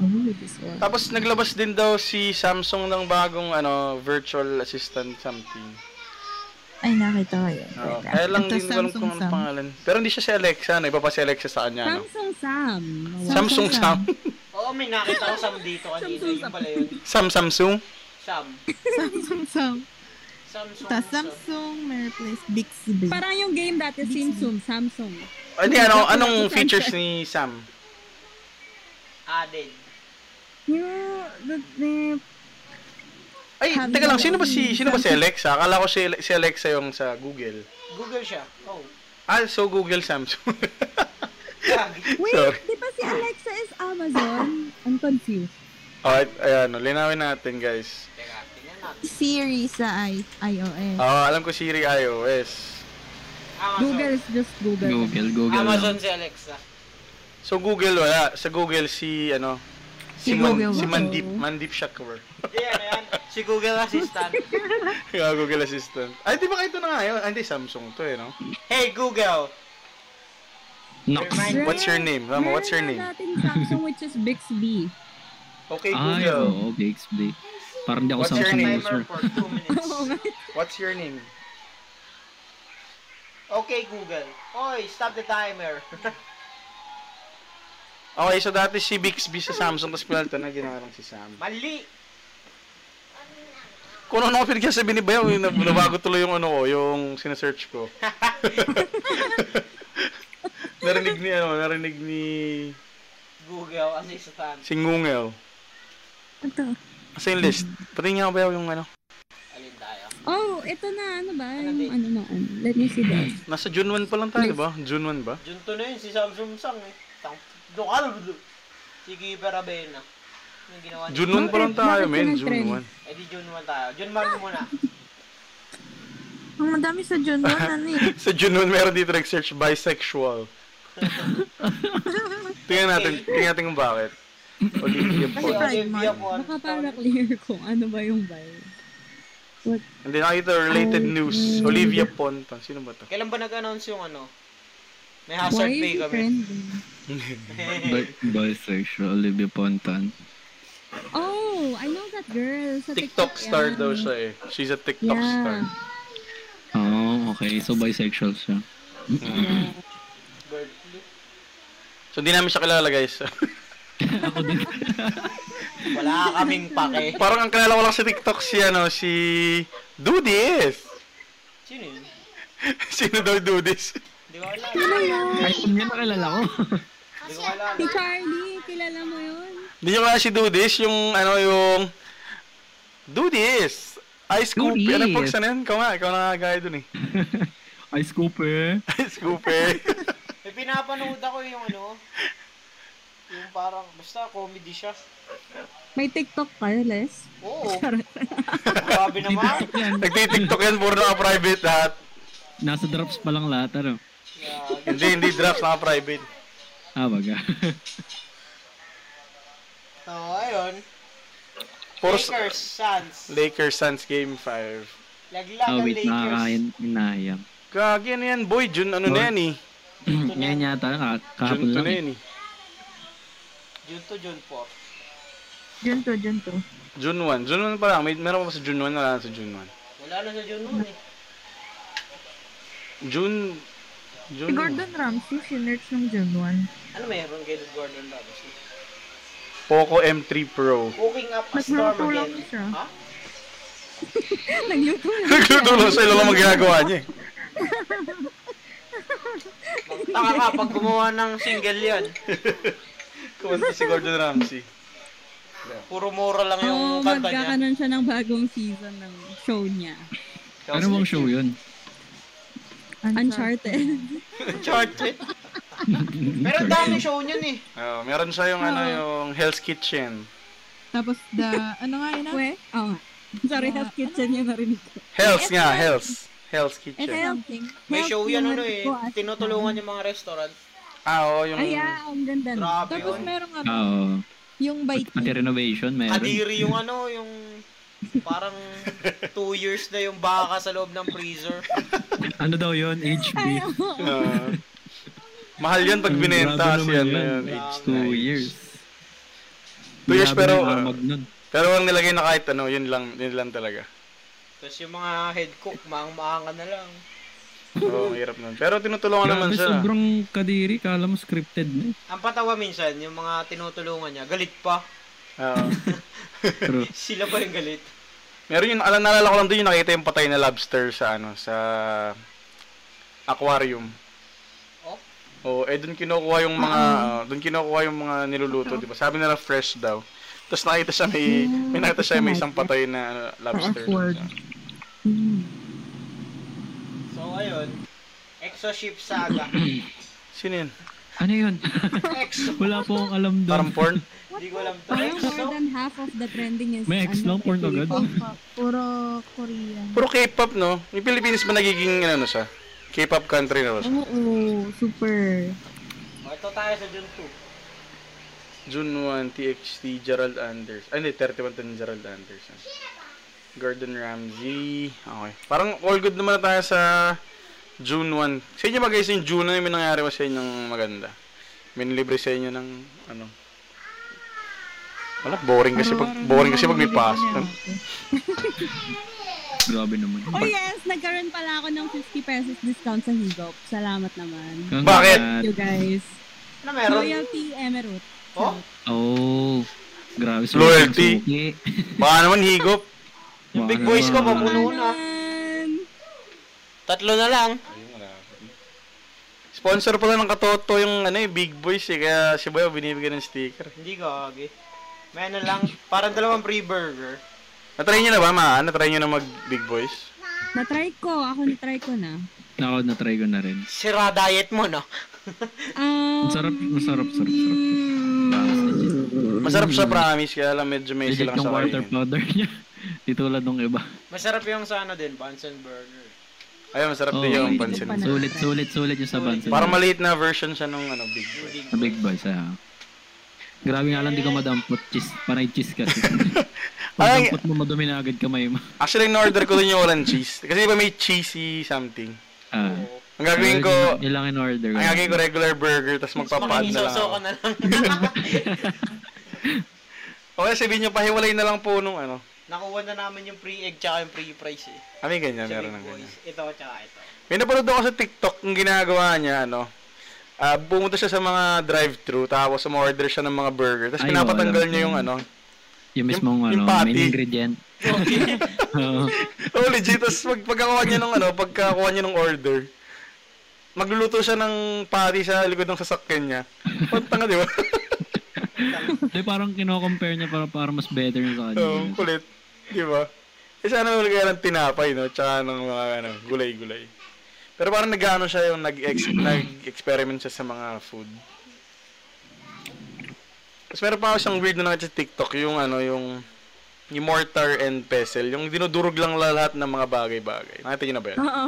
S2: Oh, this one.
S3: Tapos naglabas din daw si Samsung ng bagong ano virtual assistant something.
S2: Ay, nakita ko yun.
S3: Oo. kaya lang
S2: Diba?
S3: din
S2: Ito,
S3: ko alam
S2: Samsung
S3: kung ano
S2: Sam.
S3: pangalan. Pero hindi siya si Alexa. Ano? Iba pa si Alexa sa kanya. Ano?
S5: Samsung Sam.
S3: Samsung
S2: Samsung
S3: Sam.
S4: Oo, may nakita ko Sam dito kanina. Yung pala yun.
S3: Sam Samsung.
S4: Sam.
S2: Samsung Sam.
S4: Samsung.
S2: Tapos Samsung, may replace Bixby.
S5: Parang yung game dati, Samsung, Samsung.
S3: Ah, Hindi, ano, anong features ni Sam?
S4: Added.
S5: Yeah, the, the-
S3: Ay, teka lang, sino ba si sino ba si Alexa? Akala ko si, si Alexa yung sa Google.
S4: Google siya. Oh.
S3: Ah, so Google Samsung.
S4: Gagi.
S5: Wait,
S3: Sorry.
S5: di ba si Alexa is Amazon? I'm confused.
S3: Oh, ay, ayan, oh, linawin natin, guys.
S4: Teka, tingnan natin.
S2: Siri sa I- iOS.
S3: Oh, alam ko Siri iOS. Ah.
S4: Amazon.
S5: Google is just Google.
S1: Google, Google.
S4: Amazon
S1: lang.
S4: si Alexa.
S3: So, Google, wala. Sa Google, si, ano, si,
S5: Si
S3: Man,
S5: Google,
S3: si
S5: wow.
S3: Mandip, Mandip Shakur.
S4: Yeah, ano yan? Si Google Assistant.
S3: Yung Ah, Google Assistant. Ay, di ba kayo ito na nga yun? Ay, hindi, Samsung to, eh, no?
S4: Hey, Google!
S1: Nox.
S4: Remind-
S3: What's your name? Rama, what's your name?
S5: Meron natin Samsung which is Bixby.
S3: Okay,
S1: Ay,
S3: Google.
S1: oo, Bixby. Oh, Parang di ako
S3: What's your
S1: Samsung
S3: name?
S1: user.
S4: Timer for 2 minutes.
S3: What's your name?
S4: Okay, Google. Oy, stop the timer.
S3: Okay, so dati si Bixby sa Samsung, tapos pinalto na ginawa lang si Sam.
S4: Mali!
S3: Kung ano ako pinagkasabi ni Bayaw, yun, nab- nabago tuloy yung ano ko, yung sinesearch ko. narinig ni ano, narinig ni
S4: Google Assistant.
S3: Singungel.
S2: Ito.
S3: Kasi yung list. Pati nga Bayaw yung ano.
S4: Alin tayo?
S5: Oh, ito na. Ano ba?
S4: Ano
S5: Yung
S4: ba?
S5: ano na. Ano. Let me see that.
S3: Nasa June 1 pa lang tayo, di ba? June 1 ba?
S4: Diyon to na yun, si Samsung Sang eh. Tang, dokal! Sige, Perabena. Yung ginawa niya.
S3: June 1 pa lang tayo,
S5: Bakit
S3: men.
S5: yun ang
S3: June
S5: trend?
S3: 1.
S4: Eh di June 1 tayo. June 1 muna.
S2: Ang madami sa June 1, ano eh.
S3: Sa June 1, meron dito nag-search bisexual. tingnan natin, tingnan natin kung bakit. Olivia
S4: Kasi
S3: Paul.
S2: Pride
S4: Olivia
S2: Month.
S4: Pons.
S5: Baka para clear kung ano ba yung bio.
S3: Hindi nakita related news. Olivia Ponton. Sino ba to?
S4: Kailan ba nag-announce yung ano? May
S5: Why
S4: hazard
S5: is
S4: pay
S5: it
S4: Ah, kami.
S5: trending?
S1: Bi- Bisexual, Olivia Ponton.
S5: Oh, I know that girl. Sa
S3: TikTok star
S5: yan.
S3: daw siya eh. She's a TikTok
S5: Yeah.
S3: star.
S1: Oh, okay. So, bisexual siya.
S4: Bird.
S3: So, hindi namin siya kilala, guys.
S4: Wala kaming pake.
S3: Parang ang kilala ko lang sa TikTok si, ano, si... Do this!
S4: Sino yun?
S3: Sino daw do this?
S4: Hindi ko alam.
S1: Ay, hindi na kilala ko.
S4: Hindi ko alam.
S5: Si Charlie, kilala mo yun?
S3: Hindi nyo kaya si do this, yung, ano, yung... Do this! Ice
S1: Do
S3: Cooper. Ano
S1: this.
S3: po sa nun? Ikaw nga, ikaw na nga gaya dun eh.
S1: Ice eh. Cooper.
S3: Ice Cooper.
S4: Eh, pinapanood ako yung ano. Yung parang, basta comedy siya.
S5: May TikTok ka, Les?
S4: Oo.
S5: Charot.
S4: Grabe naman.
S3: Nagtitiktok yan, puro naka-private lahat.
S1: Nasa drops pa lang lahat, ano?
S4: Yeah.
S3: Hindi, hindi drafts, naka-private.
S1: Ah, baga.
S4: So, Oh, ayun.
S3: Puro sa-
S4: Lakers, Suns.
S3: Lakers Suns Game 5.
S4: Laglag
S1: Ah,
S4: ang
S1: wait.
S4: Lakers.
S1: Nakakain. Inayang.
S3: Gagi, ano yan, boy? June, ano na yan eh.
S1: Ngayon yata. kaka- Kahapon
S3: June to
S1: lang.
S3: na
S1: eh.
S3: yan eh.
S4: June to June 4.
S2: June 2, June 2.
S3: June 1. June 1 pa lang. May, meron pa ba sa June 1? Wala na sa June 1.
S4: Wala na sa June noon eh.
S3: June...
S2: Si
S3: June...
S2: Gordon Ramsay, sinerch ng June 1.
S4: Ano meron kay Gordon Ramsay?
S3: Poco M3 Pro.
S4: Cooking up a storm
S2: Nagluto lang
S4: again.
S2: siya.
S4: Ha?
S5: Nagluto yun.
S3: Nagluto lang sa ilang mga ginagawa niya eh.
S4: Magtaka ka pag gumawa ng single yan.
S3: Kumanta si Gordon Ramsay.
S4: Puro mura lang
S5: Oo,
S4: yung kanta niya.
S5: magkakaroon siya ng bagong season ng show niya.
S1: Ano bang show yun?
S5: Uncharted.
S4: Charted. Pero dami show niyan eh.
S3: Oh, meron siya yung ano yung Hell's Kitchen.
S6: Tapos the, ano nga yun ah?
S5: We? Oo nga. Sorry, Hell's Kitchen yung narinig ko.
S3: Hell's nga, Hell's. Hell's Kitchen.
S5: Something.
S4: May
S5: Hell's
S4: show yan
S5: yung
S4: ano
S5: narinig
S4: eh.
S5: ko as-
S4: Tinutulungan yung mga restaurant.
S3: Ah, oo, yung...
S5: Ay, yeah, ang ganda. nun.
S4: Grabe
S6: Tapos
S4: yun.
S6: merong ano,
S1: Ah, Oo.
S6: yung bike.
S1: Pati renovation, meron.
S4: Kadiri yung ano, yung parang two years na yung baka sa loob ng freezer.
S1: Ano daw yun?
S5: Ay,
S1: HB.
S5: oo.
S3: Ah. mahal yun pag
S1: Mm, Grabe
S3: binenta kasi
S1: naman
S3: yan.
S1: yun.
S3: yun. eh. Age na
S1: Two
S3: age.
S1: years.
S3: Two years,
S1: Grabe
S3: pero- uh, ano
S1: na yung amag nun.
S3: Pero ang nilagay na kahit ano, yun lang, yun lang talaga.
S4: Tapos yung mga head cook, maang-maangan na lang.
S3: Oo, oh, hirap nun. Pero tinutulungan naman
S1: Grabe,
S3: siya.
S1: sobrang kadiri. Kala mo scripted na. eh.
S4: Ang patawa minsan, yung mga tinutulungan niya, galit pa.
S3: Oo.
S1: Pero,
S4: Sila pa yung galit.
S3: Meron yun, ala, naalala ko lang doon yung nakita yung patay na lobster sa ano, sa aquarium.
S4: Oh?
S3: Oo, eh doon kinukuha yung mga,
S1: Ah.
S3: doon kinukuha yung mga niluluto, di ba? Sabi nila fresh daw. Tapos nakita siya
S1: Ah.
S3: may, may nakita siya may isang patay na ano, lobster.
S6: Awkward.
S4: So, ayun. Exo Ship Saga.
S3: Sino yun?
S1: Ano yun?
S4: X.
S1: Wala po akong alam doon.
S3: Parang porn?
S4: Hindi ko alam to. X,
S5: Parang more
S4: no?
S5: than half of the trending is...
S1: May ex lang, porn agad.
S6: Puro Korean.
S3: Puro K-pop, no? Yung Pilipinas ba nagiging ano siya? K-pop country na ba siya?
S5: Oo, super.
S4: O, Ito tayo sa June 2.
S3: June 1, TXT, Gerald Anders. Ay, hindi, 31 to ni Gerald Anders. ah. Gordon Ramsay. Okay. Parang all good naman na tayo sa June 1. Sa inyo ba guys, yung June na may nangyari ba sa inyo ng maganda? May nilibre sa inyo ng ano? Wala, boring kasi pag, boring kasi pag may pasok.
S1: Grabe naman.
S5: Oh yes, nagkaroon pala ako ng 50 pesos discount sa Higop. Salamat naman.
S1: Congrats.
S3: Bakit?
S5: Thank you guys.
S4: Ano meron?
S5: Loyalty Emerald.
S4: Oh?
S1: Oh. Grabe. sa
S3: Loyalty.
S1: suki.
S3: Baka naman higop.
S4: Yung big
S1: Baka
S4: boys ko,
S1: naman.
S4: papuno na. Tatlo na lang.
S3: Sponsor pala ng Katoto yung ano, eh, Big Boys eh. Kaya si Boy binibigyan ng sticker.
S4: Hindi ko, okay. May ano lang, parang dalawang free burger.
S3: Natry nyo na ba, ma? Natry nyo na mag Big Boys?
S5: Na-try ko. Ako na-try ko na.
S1: Ako, na-try ko na rin.
S4: Sira diet mo, no?
S5: Um,
S1: Masarap, masarap, sarap, sarap. Bakas, legit.
S3: Masarap siya, promise. Kaya lang medyo may
S1: Legit
S3: silang
S1: yung
S3: sa
S1: Mm.
S3: eh.
S1: water
S3: kainin.
S1: powder niya. Di tulad ng iba.
S4: Masarap yung sa ano din, Bunsen burger.
S3: Ayun, masarap
S1: Oo,
S3: din yung
S1: hindi ko
S3: pansin.
S5: pa na-
S1: Oh, Sulit, sulit, sulit yung sa bansin.
S3: Parang maliit na version siya nung ano, Big Boy.
S4: Big
S1: Sa big boys, ah. Grabe nga lang, di ko madampot. Cheese, panay cheese kasi. Pag
S3: Ay!
S1: dampot mo, madumi na agad kamay mo.
S3: Actually, in-order ko din yung walang cheese. Kasi di ba may cheesy something?
S1: Ah.
S3: Ang gagawin ko,
S1: Yun lang in order.
S3: ang gagawin ko regular burger, tapos magpapad na lang
S4: Makikisoso
S3: ako.
S4: ka na lang.
S3: O kaya sabihin nyo, pahiwalay na lang po nung ano.
S4: Nakuha na namin yung free egg tsaka yung free price eh.
S3: Ah, may ganyan,
S4: Sa
S3: meron
S4: Big
S3: ng ganyan.
S4: Boys. Ito tsaka ito.
S3: May napanood ako sa TikTok ang ginagawa niya, ano. Ah, bumunta siya sa mga drive-thru, tapos umorder siya ng mga burger. Tapos
S1: Ay, oo,
S3: pinapatanggal
S1: alam
S3: niya
S1: ko
S3: yung
S1: yun.
S3: ano.
S1: Yung mismong
S3: yung
S1: ano,
S3: patty.
S1: main ingredient. Oo.
S3: Oh, legit. Tapos pag, pagkakuha niya ng ano, pagkakuha niya ng order, magluluto siya ng patty sa likod ng sasakyan niya. Pantanga, di ba?
S1: Di, parang kino-compare niya para, para mas better yung sa kanya.
S3: Oo, kulit. Di ba? Eh, sana naman kaya ng tinapay, no? Tsaka ng mga, ano, gulay-gulay. Pero parang nag-ano siya yung nag-ex- nag-experiment siya sa mga food. Tapos meron pa ako siyang weird na nakita sa TikTok, yung ano, yung yung mortar and pestle, yung dinudurog lang lahat ng mga bagay-bagay. Nakita niyo na ba yan?
S5: Oo.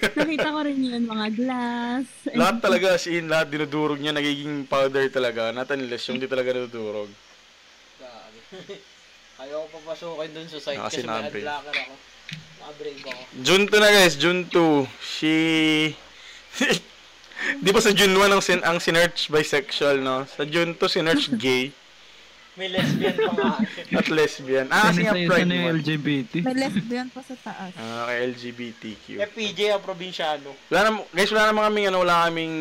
S5: Nakita ko rin yun, mga glass. And
S3: Lahat talaga, as in, lahat dinudurog niya, nagiging powder talaga. Not unless yung di talaga dinudurog.
S4: Grabe. Ayaw ko papasukin dun sa site
S3: Ah,
S4: kasi may
S3: sinabi.
S4: adblocker ako. Naka-brave ako.
S3: June 2 na guys, June 2. She... Di ba sa June 1 ang, sin ang sinerch bisexual, no? Sa June 2, sinerch gay
S4: May lesbian pa nga.
S3: at lesbian. Ah, kasi
S1: Kasi
S3: nga
S1: sa'yo,
S3: pride
S1: sana yung
S3: month.
S1: LGBT.
S6: May lesbian pa sa taas.
S3: Ah, okay, LGBTQ.
S4: FPJ Eh, ang probinsyano.
S3: Wala na, guys, wala naman kaming, ano, wala kaming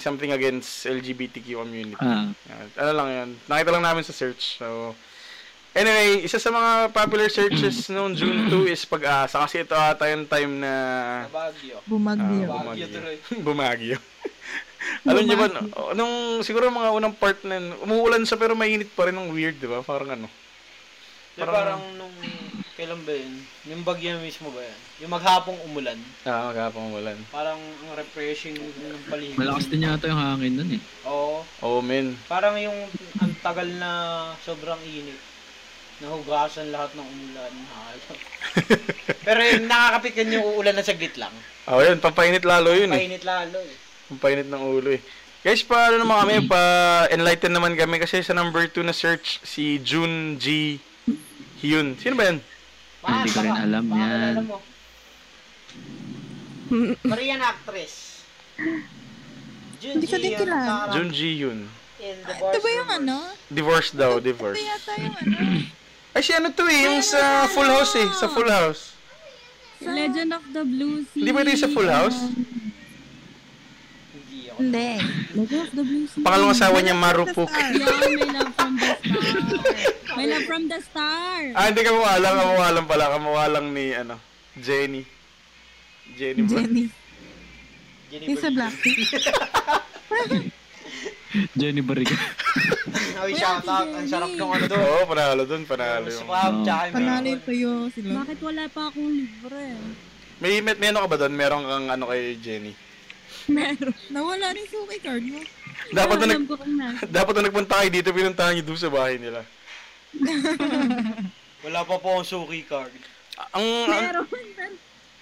S3: something against LGBTQ community.
S1: Ah,
S3: Ah, ano lang yun. Nakita lang namin sa search. So, anyway, isa sa mga popular searches noong June 2 is pag-asa. Kasi ito ata yung time na
S4: Sa Baguio.
S3: ah,
S6: Bumagyo.
S4: Baguio tuloy.
S3: Bumagyo. Alam niyo ba, no- nung siguro mga unang part na yun, umuulan siya pero mainit pa rin ng weird, di ba? Parang ano.
S4: Di parang nung kailan ba yun? Yung bagyo mismo ba yan? Yung maghapong umulan.
S3: Ah, magkapang umulan.
S4: Parang ang refreshing ng paligid.
S1: malakas din yata yung hangin nun eh.
S4: Oo.
S3: Oh, men.
S4: Parang yung ang tagal na sobrang init. Nahugasan lahat ng umulan. Hayop. Pero yung nakakapikan yung uulan na saglit lang.
S3: Ah, yun, papainit lalo yun eh.
S4: Painit lalo eh.
S3: Pampainit ng ulo eh. Guys, pa ano naman kami, pa enlighten naman kami kasi sa number 2 na search, si Jun G. Hyun. Sino ba yan?
S1: Hindi ko rin alam yan.
S4: Korean actress. Jun
S6: Hindi ko din
S4: Ji-yeon
S6: kilala.
S4: Parang
S3: Jun Ji Hyun.
S4: In the
S6: Ito ba yung
S4: Boys
S6: ano?
S3: Divorced daw,
S6: Ito
S3: divorced.
S6: yata yung ano?
S3: Ay, si ano to eh, yung sa Full House eh, sa Full House.
S5: Legend of the Blue Sea.
S3: Hindi ba ito yung sa Full House?
S4: Room. Hindi ako.
S6: Hindi.
S5: Legend of the Blue Sea.
S3: Pangalawang asawa niya, Marupok.
S6: Ah,
S5: Yan, may love from the star. May love from the star.
S3: Ah, hindi kamuwalang, kamuwalang pala, kamuwalang ni, ano, Jenny. Jenny ba?
S6: Jenny. Yung
S4: Jennifer
S6: sa Blackpink.
S1: Jenny Bariga.
S4: Ay, shout out. Ang sarap ng ano doon.
S3: Oo, panalo dun, panalo yung...
S4: Yung Swab, tsaka yung
S6: Panalo
S4: Panalo.
S6: yung tuyo sila.
S5: Bakit wala pa akong libre?
S3: May, may, may ano ka ba dun? Meron kang ano kay Jenny.
S5: Meron.
S6: Nawala rin yung kay card mo.
S3: Dapat na
S5: alam
S3: nag-
S5: ko kung na.
S3: dapat na nagpunta kayo dito, pinuntahan niyo doon sa bahay nila.
S4: Wala pa po ang suki card.
S3: Ang, ang
S5: Meron.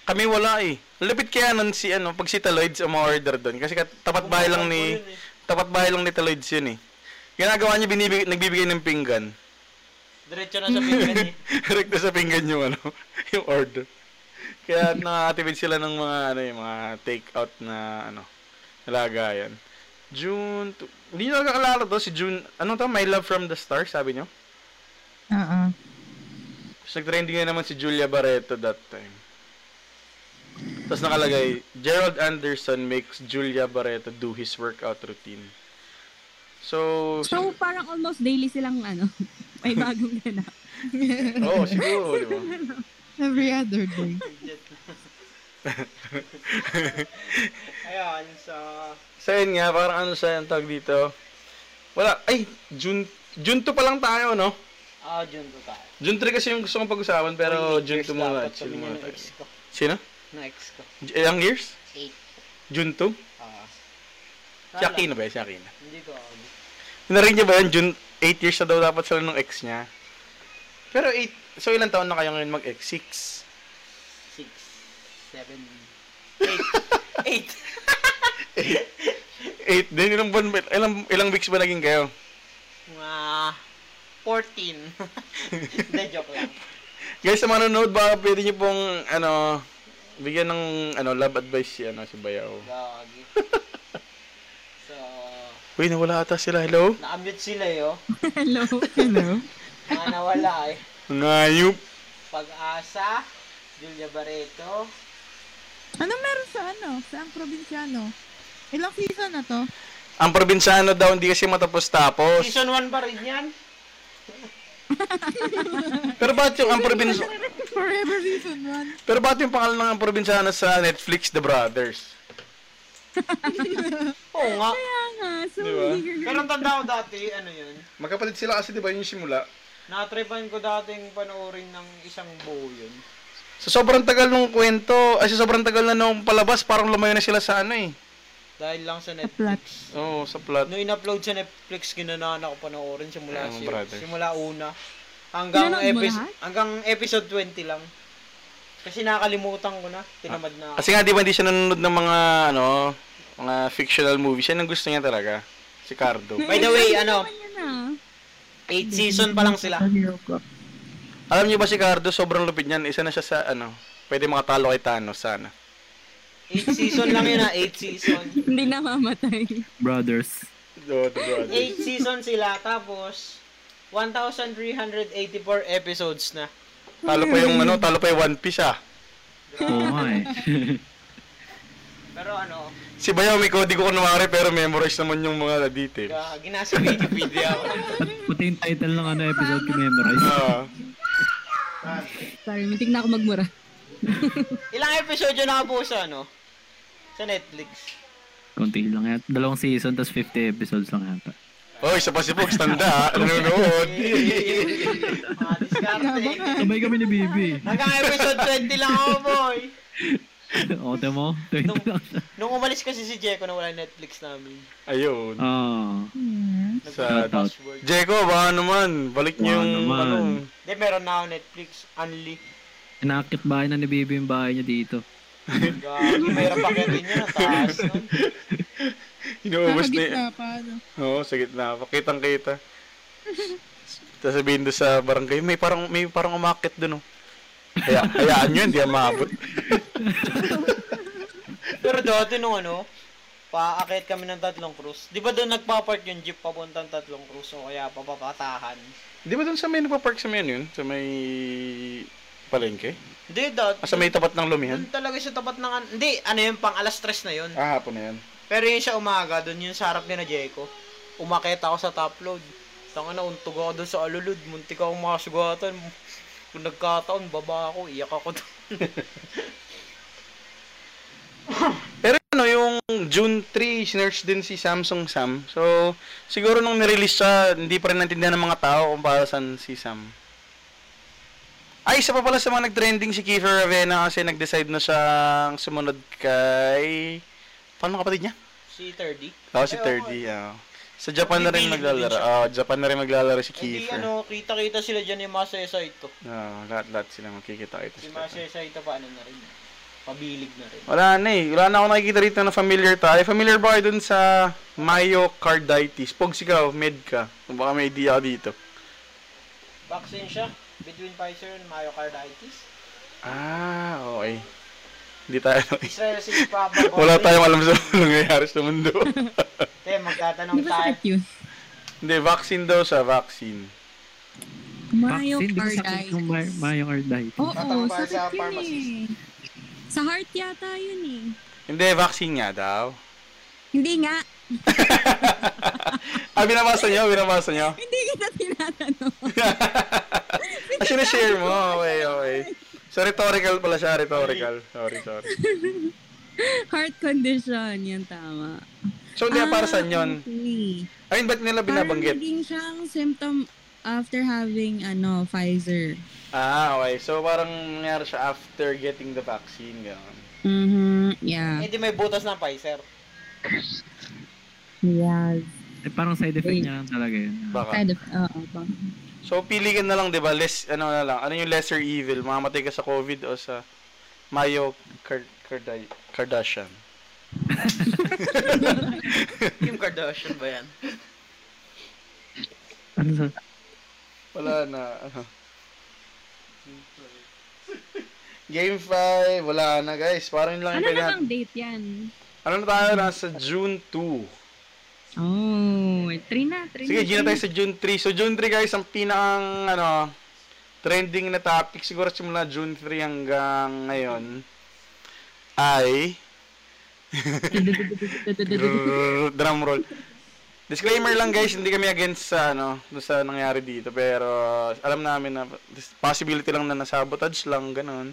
S3: kami wala eh. Lapit kaya nun si ano, pag si Taloids ang order doon kasi kat- tapat bahay lang ni
S4: Yun eh.
S3: tapat bahay lang ni Taloids yun eh. Ginagawa niya binibig, nagbibigay ng pinggan.
S4: Diretso na sa pinggan eh.
S3: Rekto sa pinggan yung ano, yung order. Kaya naka-activate sila ng mga ano yung mga take out na ano, lagayan. June, to, hindi nyo nakakalaro to, si June, ano to, My Love from the Stars, sabi nyo?
S2: Ah,
S6: Oo.
S3: Tapos nag-trending na naman si Julia Barreto that time. Tapos nakalagay, Gerald Anderson makes Julia Barreto do his workout routine. So,
S5: So, parang almost daily silang ano, may bagong ganap.
S3: oh, siguro, di ba?
S6: Every other day.
S4: Ayan, sa...
S3: So yun nga, parang ano siya yung tag dito. Wala, ay, June, June 2 pa lang tayo, no?
S4: Ah, dyan ko tayo.
S3: June 3 kasi yung gusto kong pag-usapan, pero June 2 muna.
S4: Dapat eh.
S3: Chill
S4: sabihin
S3: muna
S4: ng
S3: tayo.
S4: ex ko.
S3: Sino?
S4: Ng ex ko.
S3: J- Ilang years?
S4: Eight.
S3: June 2?
S4: Ah.
S3: Si Aquino ba yun? Si Aquino.
S4: Hindi ko alam.
S3: Narinig niya ba yun? June 8 years na daw dapat sila nung ex niya. Pero 8, so ilang taon na kayo ngayon mag-ex?
S4: 6, 7, 8. 8.
S3: 6? 8 din, ilang, buwan, ba- ilang, ilang weeks ba naging kayo?
S4: Mga 14. Hindi, joke lang.
S3: Guys, sa mga nanonood, baka pwede niyo pong, ano, bigyan ng, ano, love advice si, ano, si Bayaw.
S4: Gagi. So,
S3: Uy, nawala ata sila, hello?
S4: nakamute sila eh, oh.
S5: Hello.
S6: Hello?
S4: Mga nawala eh.
S3: Ngayup!
S4: Pag-asa, Julia Barreto.
S6: Ano meron sa ano? Sa ang probinsyano? Ilang season na to?
S3: Ang probinsyano daw hindi kasi matapos-tapos.
S4: Season 1 ba rin yan?
S3: Pero bakit yung ang probinsyano,
S6: Forever season 1.
S3: pero bakit yung pangalan ng ang probinsyano sa Netflix The Brothers?
S4: Oo nga.
S5: Kaya nga, so
S3: Di ba?
S5: weird.
S4: Pero ang tanda ko dati, ano yun?
S3: Magkapalit sila kasi 'di ba yung simula?
S4: Natripan ko dating panoorin ng isang buo yun.
S3: Sa sobrang tagal nung kwento, ay sa sobrang tagal na nung palabas, parang lumayo na sila sa ano eh.
S4: Dahil lang sa Netflix.
S6: Flats.
S3: Oo, sa plot.
S4: Nung in-upload sa Netflix, ginanaan ako panoorin simula,
S3: Ayun,
S4: si,
S3: brother.
S4: simula una. Hanggang,
S5: Pinanood mo
S4: episode,
S5: lahat?
S4: hanggang episode 20 lang. Kasi nakalimutan ko na. Tinamad na ako.
S3: Kasi nga 'di ba hindi siya nanonood ng mga ano, mga fictional movies. Yan ang gusto niya talaga. Si Cardo.
S4: By the way, ano,
S5: Ano na?
S4: 8 season pa lang sila.
S3: Alam niyo ba si Cardo, sobrang lupit niyan. Isa na siya sa ano, pwede makatalo kay Thanos sana.
S4: 8 season lang yun ah, 8 season.
S5: Hindi na mamatay.
S1: Brothers.
S3: Oo, The Brothers.
S4: 8 season sila, tapos 1,384 episodes na.
S3: Talo pa yung ano, talo pa yung One Piece ah.
S1: Oo nga eh.
S4: Pero ano,
S3: Si Bayaw, may kodigo ko kunwari pero memorize naman yung mga details.
S4: ga- ah, ginasa Wikipedia ako.
S1: At pati yung title ng ano episode ko memorize.
S3: Ah,
S5: Sorry, muntik na ako magmura.
S4: Ilang episode yun nakabuo sa ano? Sa Netflix.
S1: Konti lang yata. Dalawang season, tapos 50 episodes lang yata.
S3: oh, isa pa si Pogs, tanda, ah. nanonood.
S4: Mga diskarte.
S1: Sabay kami ni Bibi.
S4: Hanggang episode 20 lang ako, boy.
S1: o, tiyan Oh, mo? 20 lang siya.
S4: Nung umalis kasi si Jeko na wala yung Netflix namin.
S3: Ayun.
S1: Oo.
S3: Sad.
S1: Shoutout.
S4: Password.
S3: Jeko, baka naman, balik niyo
S1: Baka
S3: yung
S1: naman.
S3: ano.
S4: Hindi, meron na ako Netflix. Unli.
S1: Inakit bahay na ni Bibi yung bahay niya dito.
S4: Gagi, mayroon pa kayo rin yun. Ang taas nun.
S3: Inuubos na
S6: Nakagitna pa ano?
S3: Oo, sa gitna. Kitang kita. Tapos sabihin doon sa barangay, may parang may parang umakit doon oh. Kaya, hayaan nyo, hindi yan maabot.
S4: Pero dati nung ano, paakit kami ng tatlong cruise. Di ba doon nagpa-park yung jeep papuntang tatlong cruise o kaya papapatahan?
S3: Di ba doon sa may nagpa-park sa may ano yun? Sa may palengke?
S4: Hindi, dati.
S3: Ah, sa may tapat ng lumihan?
S4: Doon talaga sa tapat ng... an- Hindi, ano yun, pang alas tres na yun.
S3: Ah, hapon na yan.
S4: Pero yun sa umaga, doon yun sa harap ni na Jeko. Umakit ako sa top load. Tanga na, untog ako doon sa alulod. Muntik ako makasugatan. Kung nagkataon, baba ako, iyak ako doon.
S3: Pero ano, yung June 3, sinerch din si Samsung Sam. So, siguro nung nirelease siya, hindi pa rin naintindihan ng mga tao kung para saan si Sam. Ay, isa pa pala sa mga nag-trending si Kiefer Ravena kasi nag-decide na siyang sumunod kay... Paano kapatid niya?
S4: Si Si 30.
S3: Oh, si
S4: Eh, oo,
S3: 30. ah. Sa Japan na rin
S4: Pipili ko din
S3: maglalaro.
S4: siya.
S3: Oh, Japan na rin maglalaro si
S4: Hindi
S3: Kiefer.
S4: ano, kita-kita sila dyan yung mga sesay ko.
S3: Oo, lahat-lahat sila makikita ito.
S4: Yung mga sesay ito paano na rin. eh. Pabilig na rin.
S3: Wala na eh. Wala na ako nakikita rito na familiar tayo. Familiar ba kayo dun sa myocarditis? Pog sigaw, med ka. Baka may idea ako dito.
S4: Vaccine siya. Between Pfizer and myocarditis.
S3: Ah, okay. Hindi tayo
S4: Israel 6 Papa.
S3: Wala tayong alam sa nangyayari sa mundo.
S4: Te, magtatanong
S2: Di ba
S4: tayo.
S2: sakit yun?
S3: Hindi, vaccine daw sa vaccine.
S1: Vaccine? Di ba sakit
S5: Myocarditis.
S1: yung my- myocarditis?
S5: Oo,
S4: Patambal sa
S5: sakit yun
S4: pharmacist.
S5: eh. Sa heart yata yun eh.
S3: Hindi, vaccine nga daw.
S5: Hindi nga.
S3: Ah, binabasa niyo, binabasa niyo.
S5: Hindi kita tinatanong.
S3: Ah, sinishare mo. Okay, okay. So, rhetorical pala siya, rhetorical. Sorry, sorry.
S5: heart condition, yun tama.
S3: So, hindi, ah, para saan yun?
S5: Okay.
S3: Ayun, ba't nila
S5: Parang
S3: binabanggit?
S5: naging siyang symptom after having ano Pfizer.
S3: Ah, okay. So, parang nangyari siya after getting the vaccine. Ganun.
S5: Mhm, yeah.
S4: Eh, di may butas ng Pfizer.
S5: Yes.
S1: Eh, parang side effect
S5: Wait.
S1: niya lang talaga yun.
S3: Baka.
S5: Kind of, oh, oo, ba?
S3: So, pili ka na lang, di ba? Less, ano na lang. Ano yung lesser evil? Mamamatay ka sa COVID o sa Mayo Kar- Kardi- Kardashian?
S4: Kim Kardashian ba yan?
S1: Ano sa...
S3: Wala na. Ano. Game 5. Wala na, guys. Parang yun lang
S5: Ano
S3: yung
S5: na
S3: pilihan.
S5: bang date yan?
S3: Ano na tayo? Nasa June 2.
S5: Oh, three na, three
S3: Sige,
S5: na.
S3: Gina tayo sa June 3. So, June 3, guys, ang pinakang, ano, trending na topic siguro simula June 3 hanggang ngayon ay Grrrr, drum roll. Disclaimer lang guys, hindi kami against sa ano, doon sa nangyari dito pero alam namin na possibility lang na nasabotage lang ganun.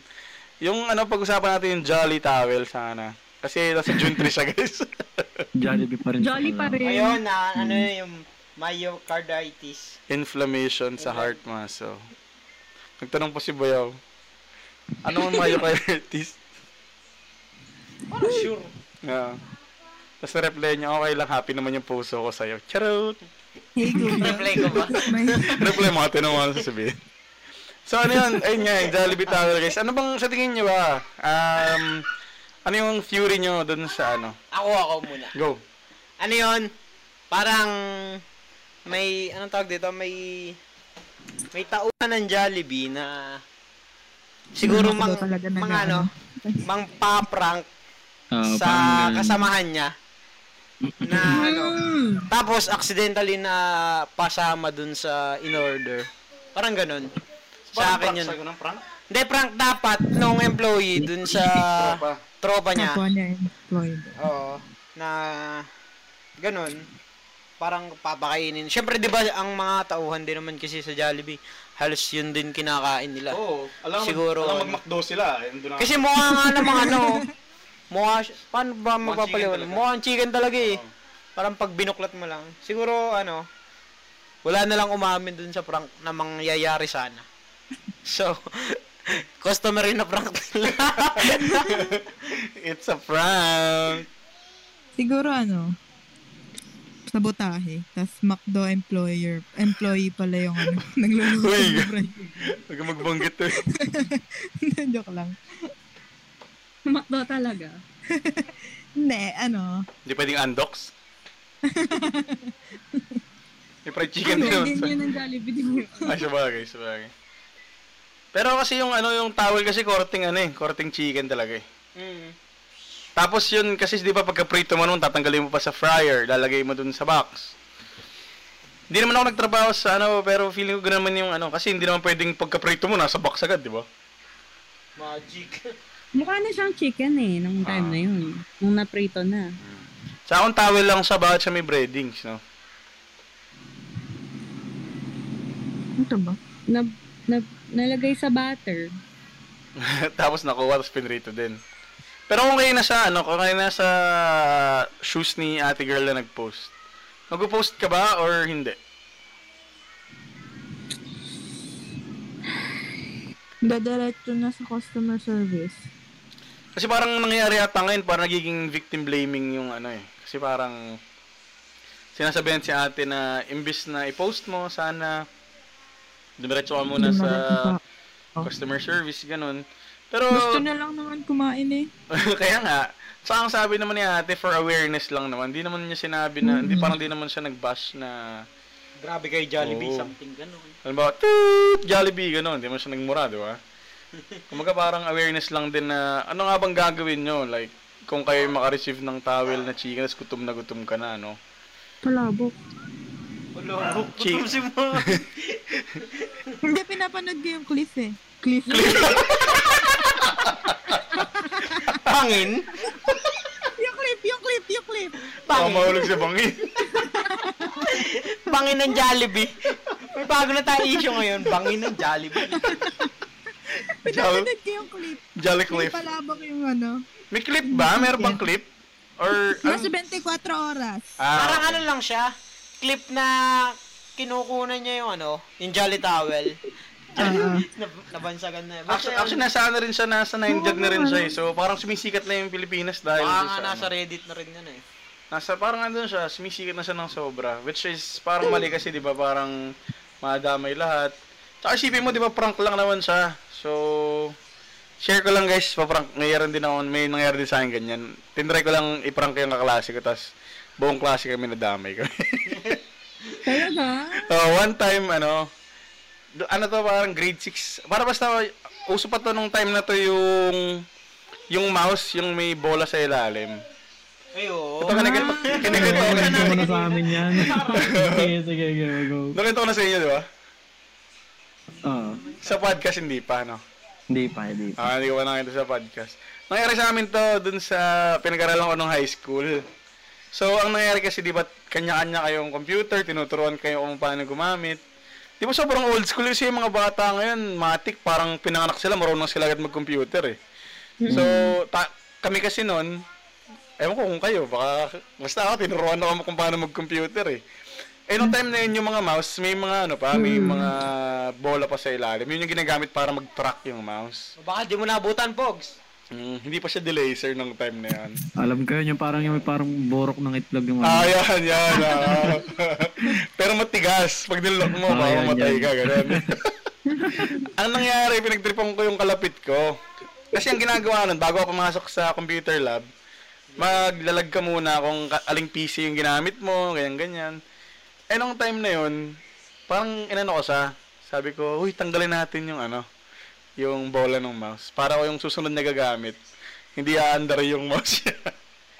S3: Yung ano pag-usapan natin yung Jolly Towel sana. Kasi nasa June 3 siya guys.
S1: Jollibee pa rin. siya,
S5: Jolly pa
S1: ano?
S5: rin.
S4: Ayun, na, ano yun, yung myocarditis.
S3: Inflammation sa heart muscle. Nagtanong po si Boyaw. Ano ang myocarditis?
S4: Parang sure.
S3: Yeah. Tapos na-reply niya, okay lang, happy naman yung puso ko sa'yo. Charot!
S2: Hey, go ba?
S4: Reply ko ba?
S3: Reply mo, tinanong mo ano sasabihin. So ano yun, ayun nga, yung Jollibee Tower guys. Ano bang sa tingin nyo ba? Um, ano yung theory nyo dun sa ano?
S4: Ako, ako muna.
S3: Go!
S4: Ano yun? Parang may, anong tawag dito? May, may tauhan ng Jollibee na siguro
S2: Ano
S4: mang,
S2: daw talaga na
S4: mga
S2: na-
S4: ano, mang paprank sa
S1: Ah, parang ganun. Mm.
S4: kasamahan niya na ano. Tapos accidentally na pasama dun sa in order. Parang ganun. Sa akin yun.
S3: prank?
S4: Hindi, prank dapat nung employee dun sa
S3: Tropa.
S4: tropa niya.
S2: Kapwa niya employed.
S4: Oo. Na ganun. Parang papakainin. Siyempre, di ba, ang mga tauhan din naman kasi sa Jollibee, halos yun din kinakain nila.
S3: Oo, alam
S4: Siguro, alam ano.
S3: mag-McDo sila. eh.
S4: Kasi mukha nga namang ano, mukha, siya- paano ba mapapaliwan?
S3: talaga.
S4: Mukhang chicken talaga eh. Parang pag binuklat mo lang. Siguro, ano, wala na lang umamin dun sa prank na mangyayari sana. So, customer yun na prank nila.
S3: It's a prank!
S2: Siguro ano, sabotahe. Tapos McDo employer, employee pala yung ano,
S3: Uy.
S2: nagluluto ng bread.
S3: Huwag kang magbanggit eh. to.
S2: Joke lang.
S5: Makdo talaga.
S2: Hindi, ano.
S3: Hindi pwedeng undox. May fried chicken din.
S5: Ano din
S3: yun.
S5: yun ang Jollibee din yun.
S3: Ay, sabagay, sabagay. Pero kasi yung ano, yung towel kasi korting ano eh, korting chicken talaga eh.
S4: mm.
S3: Tapos yun kasi 'di ba pagka prito mo nun, tatanggalin mo pa sa fryer, lalagay mo dun sa box. Hindi naman ako nagtrabaho sa ano, pero feeling ko ganun naman yung ano, kasi hindi naman pwedeng pagka prito mo nasa box agad, 'di ba?
S4: Magic.
S5: Mukha na siyang chicken eh, nung
S3: Ah.
S5: time na yun. Nung naprito na.
S3: Sa akong towel lang sa bawat sa may breadings, no.
S2: Ito ba?
S5: Na, na, nalagay sa butter.
S3: tapos nakuha, tapos pinrito din. Pero kung kayo nasa, ano, kung kayo nasa shoes ni ate girl na nag-post, mag-post ka ba or hindi?
S2: Dadiretso na sa customer service.
S3: Kasi parang nangyayari ata ngayon, parang nagiging victim blaming yung ano eh. Kasi parang sinasabihan si ate na imbis na i-post mo, sana dumiretso ka muna sa customer service, ganun. Pero,
S6: Gusto na lang naman kumain eh.
S3: kaya nga, sa ang sabi naman ni ate, for awareness lang naman. Hindi naman niya sinabi na, hindi parang di naman siya nag-bash na,
S4: Grabe kayo Jollibee,
S3: Oo.
S4: something ganun.
S3: halimbawa, Ano toot, Jollibee, ganun. Hindi mo siya nagmura, di ba? Kumaga parang awareness lang din na, ano nga bang gagawin nyo? Like, kung kayo makareceive ng towel na chicken, tas gutom na gutom ka na, ano? no?
S5: Palabok.
S4: Ulo, putom
S3: Chick.
S4: si mo.
S6: Hindi, pinapanood ko yung cliff eh. Cliff.
S3: Tangin?
S6: yung cliff, yung cliff, yung cliff.
S3: Baka mahulog sa bangin.
S7: Bangin ng Jollibee. May bago na tayo issue ngayon. Bangin ng Jollibee.
S3: Jol-
S6: Pinapanood ko yung cliff.
S3: Jolly
S6: Yung
S3: Cliff.
S6: palabok yung ano.
S3: May clip ba? Meron bang clip? Or,
S6: Nasa
S3: ano?
S6: 24 oras.
S7: Parang
S3: Ah,
S7: ano lang siya, clip na kinukunan niya yung ano, yung Jolly Towel.
S4: Ah. Nab- nabansagan na.
S3: Actually,
S4: Basta
S3: actually,
S4: yun,
S3: nasa ano rin siya, nasa 9 gag na rin siya eh. So, parang sumisikat na yung Pilipinas dahil
S4: baka
S3: doon
S4: nga
S3: sa
S4: nasa
S3: ano.
S4: Reddit na rin yun eh.
S3: Nasa, parang ano siya, sumisikat na siya ng sobra. Which is, parang mali kasi, di ba? Parang madamay lahat. Tsaka isipin mo, di ba, prank lang naman siya. So, share ko lang guys, paprank. Ngayon din ako, may nangyari din sa akin ganyan. Tinry ko lang iprank yung kaklase ko, tas buong klase kami nadamay kami.
S6: Talaga?
S3: Oh, one time, ano, do- ano to, parang grade 6. Para basta, uso pa to nung time na to yung, yung mouse, yung may bola sa ilalim.
S4: Ay, oo.
S3: Ito, kinagat, kinagat ko na.
S1: Kwento mo na sa amin yan. sige, sige, go, go.
S3: Nakita ko na sa inyo, di ba?
S1: Oo.
S3: Sa podcast, hindi pa, ano?
S1: Hindi pa, hindi pa.
S3: Ah, hindi ko pa nakita sa podcast. Nangyari sa amin to, dun sa pinag-aralan ko nung high school. So, ang nangyari kasi, di ba, kanya-kanya kayong computer, tinuturuan kayo kung paano gumamit. Di ba sobrang old school kasi yung mga bata ngayon, matik, parang pinanganak sila, marunong sila agad mag-computer eh. So, ta- kami kasi noon, ewan ko kung kayo, baka, basta ako, tinuruan ako kung paano mag-computer eh. Eh, nung time na yun, yung mga mouse, may mga ano pa, may mga bola pa sa ilalim. Yun yung ginagamit para mag-track yung mouse.
S7: Baka di mo nabutan, Pogs.
S3: Mm, hindi pa siya delaser nung time na yan.
S1: Alam ko yun, yung parang yung may parang borok ng itlog yung
S3: Ah, yan, yan. ah. Pero matigas. Pag nilok mo,
S1: Ah,
S3: baka
S1: yan,
S3: matay
S1: yan.
S3: ka. Ganun. ang nangyari, pinagtripan ko yung kalapit ko. Kasi ang ginagawa nun, bago ako pumasok sa computer lab, maglalag ka muna kung ka- aling PC yung ginamit mo, ganyan-ganyan. Eh, nung time na yun, parang inano ko siya. Sabi ko, uy, tanggalin natin yung ano, yung bola ng mouse. Para ko yung susunod na gagamit, hindi aandar yung mouse niya.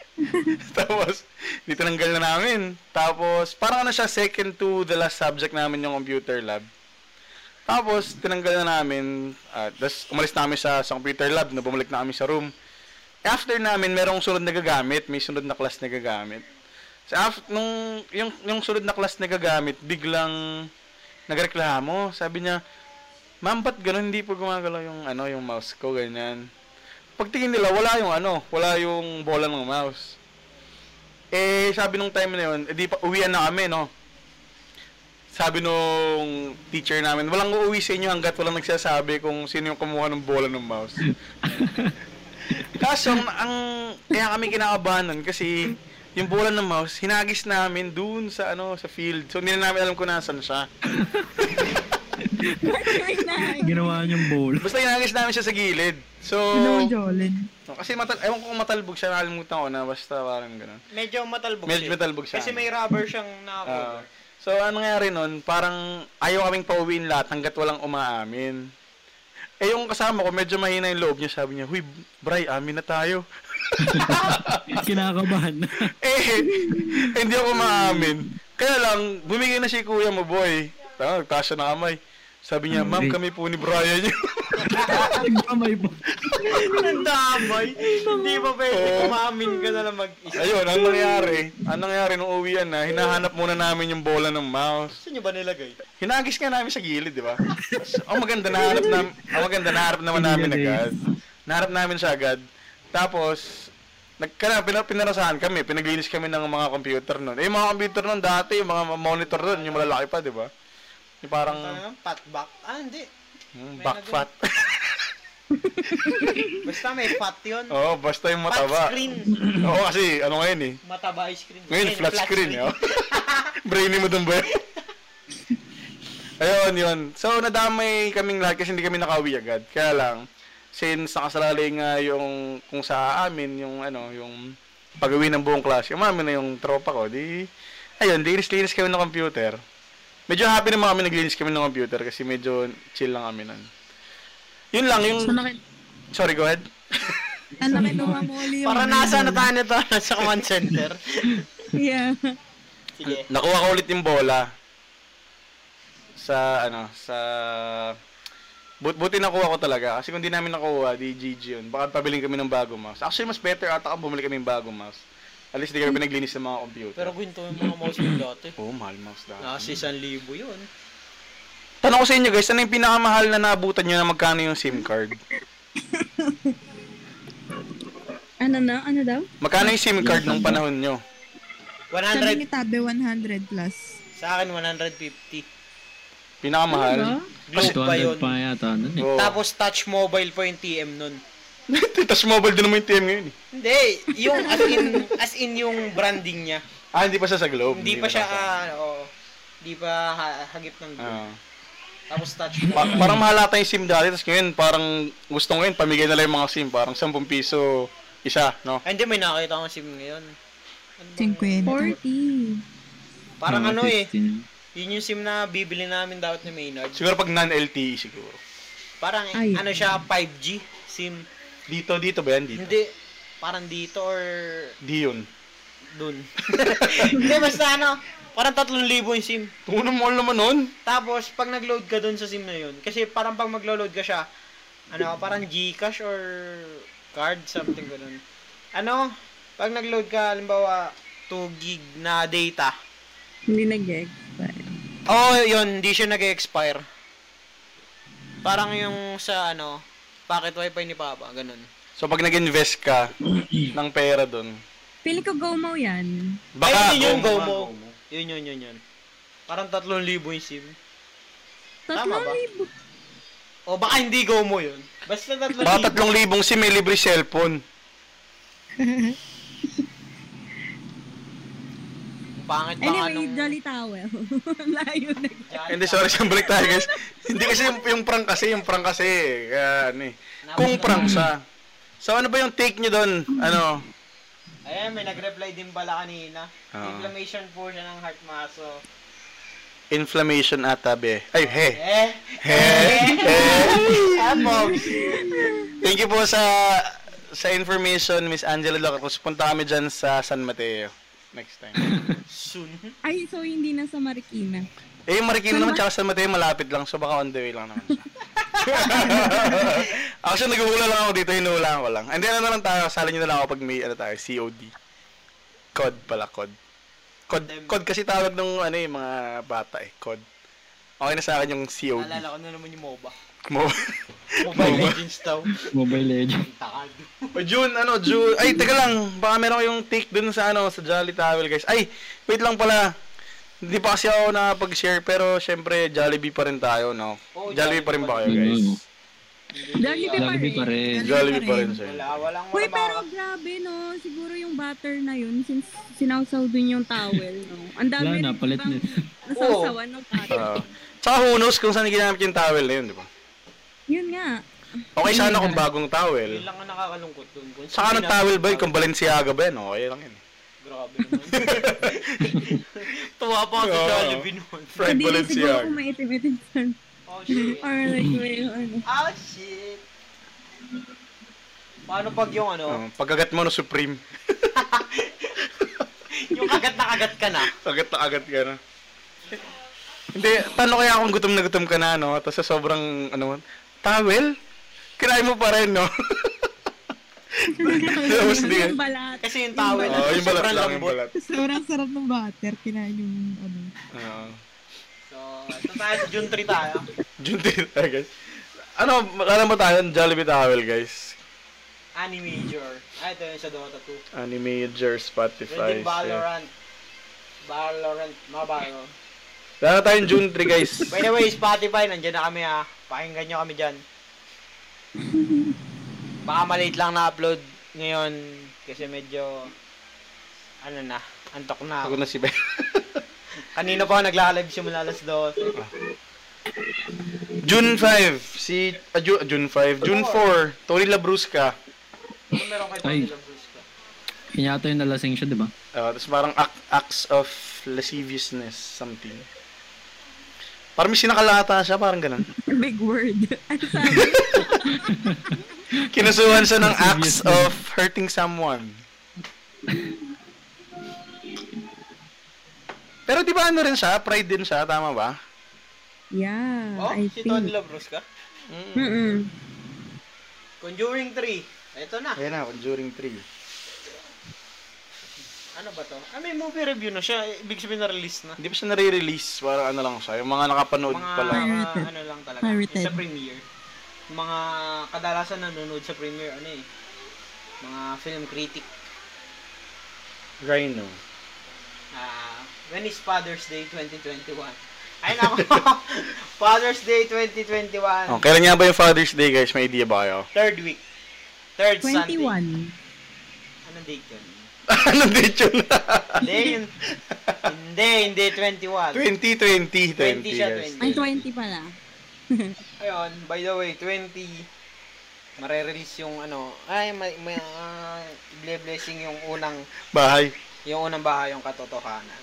S3: Tapos, ditinanggal na namin. Tapos, parang ano siya, second to the last subject namin yung computer lab. Tapos, tinanggal na namin. at Tapos, umalis na kami sa, sa computer lab na bumalik na kami sa room. After namin, merong sunod na gagamit. May sunod na class na gagamit. So, after, nung, yung, yung sunod na class na gagamit, biglang nagreklamo. Sabi niya, Ma'am, ba't ganun hindi po gumagalaw yung, ano, yung mouse ko, ganyan. Pagtingin nila, wala yung ano, wala yung bola ng mouse. Eh, sabi nung time na yun, eh, di pa, uwian na kami, no? Sabi nung teacher namin, walang uuwi sa inyo hanggat walang nagsasabi kung sino yung kumuha ng bola ng mouse. Kaso, ang, ang kaya kami kinakabahan nun kasi yung bola ng mouse, hinagis namin dun sa ano sa field. So, hindi na namin alam kung nasan siya.
S1: ano. Ginawa niyang bowl.
S3: Basta hinagis namin siya sa gilid. So,
S6: Ginawa Ano, Jolin.
S3: kasi matal, ewan ko kung matalbog siya, nakalimutan ko na basta parang ganun.
S4: Medyo matalbog
S3: Medyo matalbog siya.
S4: Kasi may rubber siyang
S3: Ah.
S4: nakakover.
S3: so, ano nangyari nun, parang ayaw kaming pauwiin lahat hanggat walang umaamin. Eh, yung kasama ko, medyo mahina yung loob niya. Sabi niya, Huy, Bray, amin na tayo.
S1: Kinakabahan.
S3: eh, hindi ako umaamin. Kaya lang, bumigay na si kuya mo, boy. Tama, nagtaas siya na kamay. Sabi niya, ma'am, kami po ni Brian yun.
S1: Nagkamay po.
S4: Ang damay. Hindi pa pwede
S3: Oo.
S4: kumamin ka na lang mag-isa.
S3: Ayun, ang nangyari, ang nangyari nung uwian na, hinahanap muna namin yung bola ng mouse.
S4: Saan nyo ba nilagay?
S3: Hinagis nga namin sa gilid, di ba? So, ang maganda nahanap namin, ang maganda nahanap naman namin
S1: Hindi
S3: agad. Nahanap namin siya agad. Tapos, nagkana, pina, pinarasahan kami, pinaglinis kami ng mga computer nun. Eh, yung mga computer nun dati, yung mga monitor nun, yung malalaki pa, di ba? Yung parang,
S4: Um, Ano naman? Pat back? Ah, hindi.
S3: mm,
S4: May
S3: back
S4: nag-
S3: fat.
S8: Basta may fat yun.
S3: Oo, basta yung
S8: Fat
S3: mataba.
S8: screen.
S3: Oo, kasi ano ngayon eh.
S8: Mataba yung screen.
S3: Ngayon, flat, screen. oh. yo. Brainy mo dun ba yun? Ayun, yun. So, nadamay kaming lahat kasi hindi kami nakauwi agad. Kaya lang, since nakasalalay nga yung kung sa amin, yung ano, yung pag-uwi ng buong klase, umami na yung tropa ko, di, ayun, linis-linis kami ng computer. Medyo happy naman kami naglinis kami ng computer kasi medyo chill lang kami nun. Yun lang, yung...
S9: So, naki-
S3: Sorry, go ahead.
S2: Ang laki nung muli yung...
S4: Para
S6: ano.
S4: nasa na tayo nito, nasa command center.
S2: Yeah.
S4: Sige.
S3: Nakuha ko ulit yung bola. Sa, ano, sa... But, buti nakuha ko talaga. Kasi kung di namin nakuha, di GG yun. Baka pabiling kami ng bagong mouse. Actually, mas better ata kung bumili kami ng bagong mouse. At least di kami pinaglinis ng mga computer.
S4: Hmm. Pero ginto yung mga mouse mo dati.
S3: oh, mahal mouse dahil.
S4: Nasa isang libo yun.
S3: Tanong ko sa inyo guys, ano yung pinakamahal na nabutan nyo na magkano yung SIM card?
S5: Ano na? Ano daw?
S3: Magkano yung SIM card nung panahon nyo?
S4: 100.
S2: Sabi ni Tabe, 100 plus.
S4: Sa akin, 150. Ano?
S3: Pinakamahal?
S4: Globe pa
S1: 200
S4: yun.
S1: pa yata nun eh.
S3: Oo.
S4: Tapos touch mobile pa yung TM nun.
S3: Tapos mobile din naman yung TM ngayon eh.
S4: Hindi, yung as in, as in yung branding niya.
S3: Ah, hindi pa siya sa Globe.
S4: Hindi pa siya,
S3: nasa-
S4: ah, oo. Hindi pa ha- hagip ng globe.
S3: Ah.
S4: Tapos touch
S3: Pa-
S4: mobile.
S3: parang mahal ata yung SIM dati, tapos ngayon parang gusto ngayon, pamigay na lang yung mga SIM, parang 10 piso isa, no?
S4: Ah, Hindi, may nakita akong sim ngayon.
S2: 50.
S5: 40.
S4: Parang
S3: Ah,
S1: Mga
S4: ano eh,
S1: 15.
S4: yun yung sim na bibili namin dapat ni Maynard.
S3: Siguro pag non-LTE siguro.
S4: Parang
S5: Ay.
S4: ano siya, 5G sim.
S3: Dito, dito ba yan? Dito?
S4: Hindi, parang dito or
S3: Di yun.
S4: dun. Hindi, basta ano, parang 3,000 yung sim.
S3: Tungo mall naman nun.
S4: Tapos, pag nag-load ka dun sa SIM na yun, kasi parang pag mag-load ka siya, ano, parang Gcash or card, something ganun. Ano, pag nag-load ka, halimbawa, 2 gig na data.
S5: Hindi nag-expire.
S4: Oo, oh, yun, hindi siya nag-expire. Parang yung sa, ano, packet wifi ni Papa, ganun.
S3: So pag nag-invest ka ng pera dun,
S5: Pili ko GOMO yan.
S3: baka...
S4: Ay, yun yung
S3: kung-
S4: GOMO. Yun, yun, yun, yun. Parang 3,000 yung SIM. Tama
S5: Tatlong
S4: ba?
S5: libo.
S4: O baka hindi GOMO yun. Basta 3,000.
S3: Baka 3,000 SIM, may libre cellphone.
S4: Pangit baka
S5: Anyway,
S4: nung...
S5: Jolly Towel. Layo na.
S3: Hindi, sorry, siyang balik tayo guys. Hindi kasi yung, yung prank kasi, yung prank kasi. Kaya, ano eh. Kung prank sa... So ano ba yung take nyo dun? Ano?
S4: Ayan, may nag-reply din pala kanina.
S3: Oo.
S4: Inflammation po siya ng heart muscle.
S3: Inflammation ata, be. Ay, he.
S4: Eh,
S5: Ah,
S3: Eh, Thank you po sa sa information, Miss Angela Locos. Punta kami dyan sa San Mateo next time.
S4: soon.
S5: Ay, so hindi na sa Marikina.
S3: Eh, yung Marikina naman tsaka San Mateo malapit lang, so baka on the way lang naman siya. Actually, naguhula lang ako dito, hinuhulaan ko lang. And then, ano na lang tayo, sali nyo na lang ako pag may, ano tayo, COD. COD pala, COD. COD, COD kasi tawag nung, ano eh, mga bata eh, COD. Okay na sa akin yung COD.
S4: Naalala ko na naman yung MOBA.
S3: Mo-
S4: Mobile Legends daw.
S1: Mobile Legends.
S4: Ang takad.
S3: O June, ano, June. Ay, teka lang. Baka meron kayong take dun sa ano, sa Jolly Towel, guys. Ay, wait lang pala. Hindi pa kasi ako nakapag-share, pero syempre, Jollibee pa rin tayo, no?
S4: Oo,
S3: Jollibee pa rin ba kayo,
S1: Oh, Jollibee.
S3: guys?
S5: Jollibee pa
S1: Jollibee
S5: rin.
S1: oh. pa rin.
S3: Jollibee pa rin, sir.
S4: Wala, walang
S5: Uy,
S4: wala
S5: pero grabe no. Siguro yung butter na yun, since sinawsaw dun yung towel, no. Ang dami
S1: Wala na,
S5: rin
S1: palit
S5: ibang
S1: na.
S5: Nasawsawan ng butter.
S3: Ah. Tsaka who knows kung saan ginamit yung towel na yun, di ba?
S5: Yun nga.
S3: Okay, sana kung bagong
S4: Yun
S3: towel.
S4: lang ang nakakalungkot dun. Kung
S3: Saka
S4: sino
S3: ng towel ba yun? Kung Balenciaga ba yun? Okay lang yun.
S4: Grabe naman. Tuwa pa ako sa
S3: Oo.
S4: Jollibee noon.
S3: Fried
S5: Hindi rin siguro
S3: Balenciaga.
S5: kung maitim-itim sa
S4: Oh shit.
S5: Or like, may ano.
S4: Oh shit. Paano pag yung ano,
S3: Oh, pagkagat mo no Supreme.
S4: yung kagat na kagat ka na?
S3: Agad na agad ka na. Hindi, talo kaya kung gutom na gutom ka na, no? Tapos sa sobrang, ano, towel? Kinain mo pa rin, no? Tapos di
S5: Yung balat.
S4: Kasi yung towel,
S3: Oh, yung balat
S4: sobrang
S3: lang, yung
S4: lambot.
S3: balat.
S2: Sobrang sarap ng butter. Kinain yung ano.
S3: Oo.
S4: So, ito tayo sa June 3 tayo.
S3: June 10, I guess. Ano, alam mo tayo, Jollibee towel, guys.
S4: Anime Jor. Ah, ito yung sa Dota 2.
S3: Anime, Jer, Spotify.
S4: Pwede Valorant. Valorant, mabalo.
S3: Lalo tayong June 3, guys.
S4: ah. By the way, Spotify, nandyan na kami ha. Pakinggan nyo kami dyan. Baka malate lang na-upload ngayon kasi medyo ano na, antok na.
S3: Pagod
S4: ako.
S3: na si Ben.
S4: Kanina pa ako nagla-live simula alas 12.
S3: June 5. Si ah, Ju- June 5. June 4. Tony Labrusca.
S4: Ano meron kayo
S1: Ay.
S4: Tony Labrusca?
S1: Yun yata yung nalasing siya, diba? di
S3: Uh,
S1: ba?
S3: Tapos parang act- acts of lasciviousness something. Parang may sinakalata siya, parang ganun.
S5: Big word. Ano
S3: Kinasuhan siya ng acts of hurting someone. Pero di ba ano rin siya? Pride din siya, tama ba?
S5: yeah,
S4: Oh,
S5: I
S4: si
S5: think.
S4: Tony Labrusca?
S5: Mm-mm.
S4: Conjuring 3. Ito na.
S3: Ayan na, Conjuring 3.
S4: Ano ba to? Ah, may movie review na siya. Ibig sabihin na-release na.
S3: Hindi pa siya nare-release, parang ano lang siya. Yung mga nakapanood
S4: Mga
S3: pa lang.
S2: Pirated.
S4: ano lang talaga.
S2: Pirated.
S4: Yung Sa premiere. Mga kadalasan nanonood sa premiere, ano eh. Mga film critic.
S3: Rhino.
S4: Ah, when is Father's Day 2021? Ay nako. Father's Day 2021.
S3: Oh, kailan nga ba yung Father's Day, guys? May idea ba kayo?
S4: Third week. Third Sunday.
S5: 21.
S4: Anong date yun?
S3: Anong date yun?
S4: Hindi, yun. Hindi, hindi,
S3: 2020.
S4: 21.
S3: 20,
S4: 20 siya,
S3: guys.
S4: 20.
S5: Ay, 20 pala.
S4: Ayun, by the way, 20 marerelease yung ano, ay may, may ah, blessing yung unang
S3: Bahay.
S4: yung unang bahay yung katotohanan.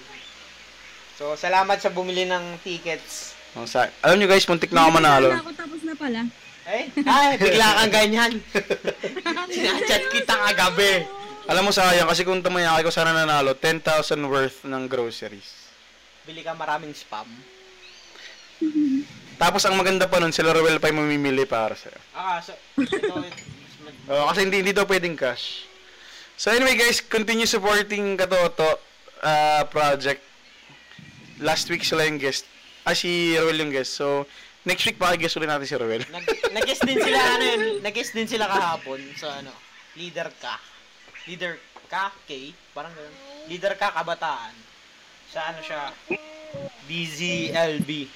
S4: So, salamat sa bumili ng tickets.
S3: Oh, sa- Alam nyo guys, muntik na ako manalo.
S5: Nagkakilala Ako tapos na pala.
S4: Ay, ay, bigla kang ganyan. Sinachat kita kagabi.
S3: Alam mo sayang kasi kung tumayakay ko sana nanalo 10,000 worth ng groceries.
S4: Bili ka maraming spam.
S3: Tapos ang maganda pa nun, si Laruel pa yung mamimili para sa'yo.
S4: Ah, so, ito,
S3: Oo, kasi hindi, hindi daw pwedeng cash. So anyway guys, continue supporting Katoto ah, project. Last week sila yung guest. Ah, si Ruel yung guest. So, next week pakiguest ulit natin si Ruel.
S4: nag, nag-guess din sila, ano yun, nag-guess din sila kahapon sa ano, leader ka. Leader ka, K, parang ganun. Leader ka, kabataan. Sa ano siya, DZLB.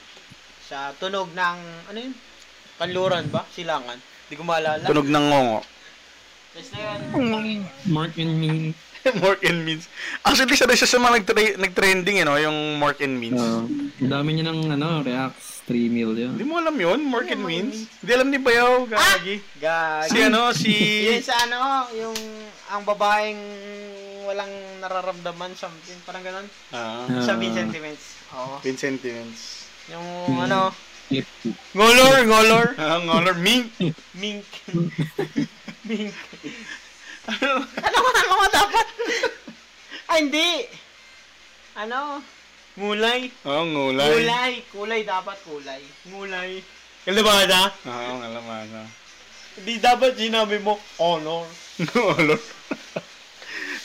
S4: Sa tunog ng, ano yun, kanluran ba? Silangan. Hindi ko maalala.
S3: Tunog ng ngongo.
S4: Tapos na yun,
S1: Mark and me.
S3: Mork and Means. Actually, isa rin siya sa mga nagtre- nag-trending, you know, yung Mork and Means.
S1: Uh, ang dami niya ng ano, reacts, 3 million.
S3: Hindi mo alam yun, Mork and Means. Hindi alam ni Bayaw, gagi.
S4: gag.
S3: Si ano, si...
S4: Ah! Yun sa ano, yung, ang babaeng walang nararamdaman, something, parang ganun.
S3: Ah,
S4: Sa Vincent Timens. Oo.
S3: Vincent Timens.
S4: Yung ano,
S3: Ngolor, ngolor. Ah, ngolor. Mink.
S4: Mink. Mink. ano ba ano ba dapat? Ay, hindi. Ano? Mulay.
S3: Oo, oh, ngulay.
S4: Kulay. Kulay dapat kulay. Mulay.
S3: Oo, oh, ngalamasa.
S4: Hindi dapat sinabi mo honor.
S3: Ngolor.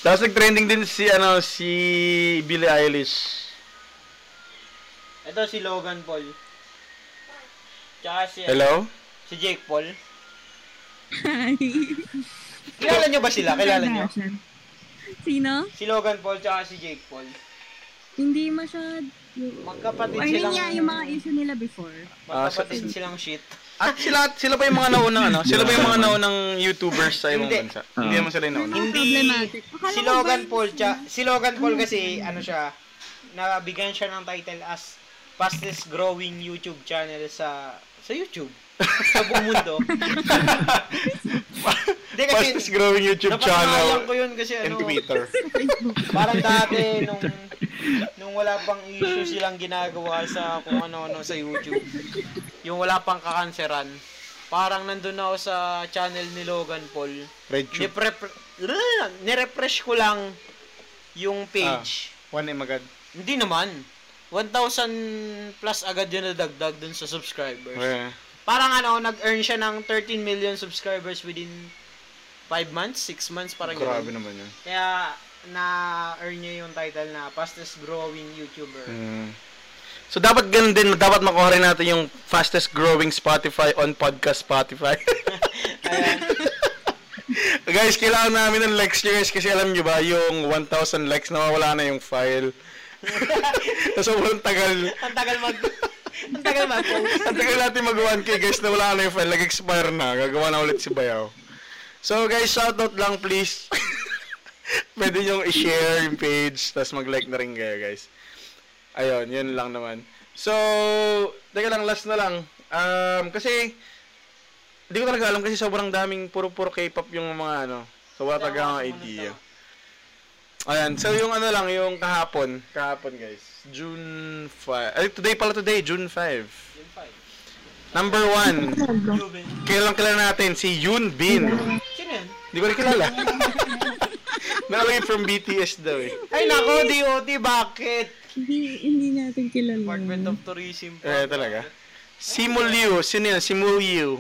S3: Tapos nag-trending din si, ano, si Billie Eilish.
S4: Ito si Logan Paul. Tsaka si,
S3: Hello?
S4: si Jake Paul.
S5: Hi.
S4: Kilala nyo ba sila? Kilala nyo?
S5: Sino?
S4: Si Logan Paul tsaka si Jake Paul.
S5: Hindi masyad.
S4: Magkapatid
S5: Or yun
S4: silang...
S5: nga, yung mga issue nila before.
S4: Magkapatid silang shit.
S3: At sila, sila pa yung mga naunang, ano? Sila pa yung mga naunang YouTubers sa ibang
S4: Hindi.
S3: bansa.
S1: Ah.
S3: Hindi naman sila yung nauna.
S4: Hindi.
S5: Problematic.
S4: si
S5: Akala ko ba
S4: Logan
S5: yun- Hmm.
S4: Paul, siya, si Logan Paul kasi, ano siya, nabigyan siya ng title as fastest growing YouTube channel sa sa YouTube. sa buong mundo. Hindi kasi,
S3: Fastest growing YouTube
S4: napasamayan ko
S3: channel
S4: yun kasi
S3: and
S4: ano,
S3: Twitter.
S4: parang dati nung nung wala pang issue silang ginagawa sa kung ano-ano sa YouTube. Yung wala pang kakanseran. Parang nandun ako sa channel ni Logan Paul.
S3: Red Tube.
S4: Nipre- nirefresh ko lang yung page.
S3: One name agad.
S4: Hindi naman. 1,000 plus agad yung nadagdag dun sa subscribers.
S3: Okay.
S4: Parang ano, nag-earn siya ng 13 million subscribers within 5 months, 6 months, parang
S3: Grabe
S4: ganun.
S3: naman yun.
S4: Kaya na-earn niya yung title na fastest growing YouTuber.
S3: Mm. So dapat ganun din, dapat makuha rin natin yung fastest growing Spotify on podcast Spotify. guys, kailangan namin ng likes nyo guys kasi alam nyo ba yung 1,000 likes nawawala na yung file. Tapos sobrang tagal.
S4: Ang tagal mag... Ang tagal mag-post.
S3: At tagal natin mag-1K guys na wala na yung file. Nag-expire na. Gagawa na ulit si Bayaw. So guys, shoutout lang please. Pwede nyong i-share yung page. Tapos mag-like na rin kayo guys. Ayun, yun lang naman. So, teka lang, last na lang. Um, kasi, hindi ko talaga alam kasi sobrang daming puro-puro K-pop yung mga ano. So, wala talaga akong idea. Ayan, so yung ano lang, yung kahapon. Kahapon guys. June 5. Ay, today pala today, June 5.
S4: Yun, five.
S3: Number 1.
S4: Ruben.
S3: Kailang kilala natin si Yoon Bin. Hindi
S4: Sino yun?
S3: ko rin kilala. Nalagay from BTS daw eh.
S4: Ay nako, DOT, bakit?
S5: Hindi, hindi natin kilala.
S4: Department of Tourism.
S3: Eh, talaga. Simul Liu. Sino yun? Simul Liu.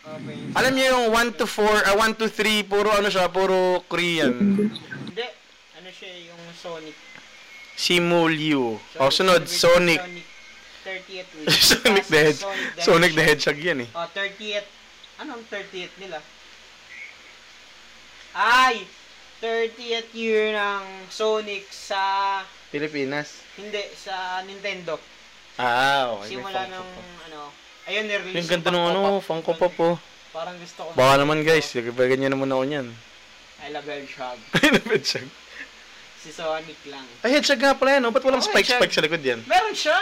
S4: Okay.
S3: Alam niyo yung 1 to 4, ah, 1 to 3, puro ano siya, puro Korean.
S4: Hindi. Ano siya yung Sonic?
S3: Simul Liu. O, Oh, sunod, Sonic.
S4: 30th week.
S3: Sonic the Hedge. Sonic the Hedgehog yan eh.
S4: Oh, 30th. Anong 30th nila? Ay! 30th year ng Sonic sa...
S3: Pilipinas.
S4: Hindi, sa Nintendo.
S3: Ah, okay. May
S4: Simula
S3: Funko
S4: ng
S3: Pop.
S4: ano... Ayun, nirelease
S3: Yung ganda ng ano, Funko Pop po.
S4: Parang gusto ko.
S3: Baka naman guys, ganyan na muna ako niyan.
S4: I love Hedgehog.
S3: Ayun ang Hedgehog.
S4: Si Sonic lang.
S3: Ay, Hedgehog nga pala yan, no? Ba't walang
S4: Oh,
S3: spike-spike
S4: Hedgehog.
S3: sa likod yan?
S4: Meron siya!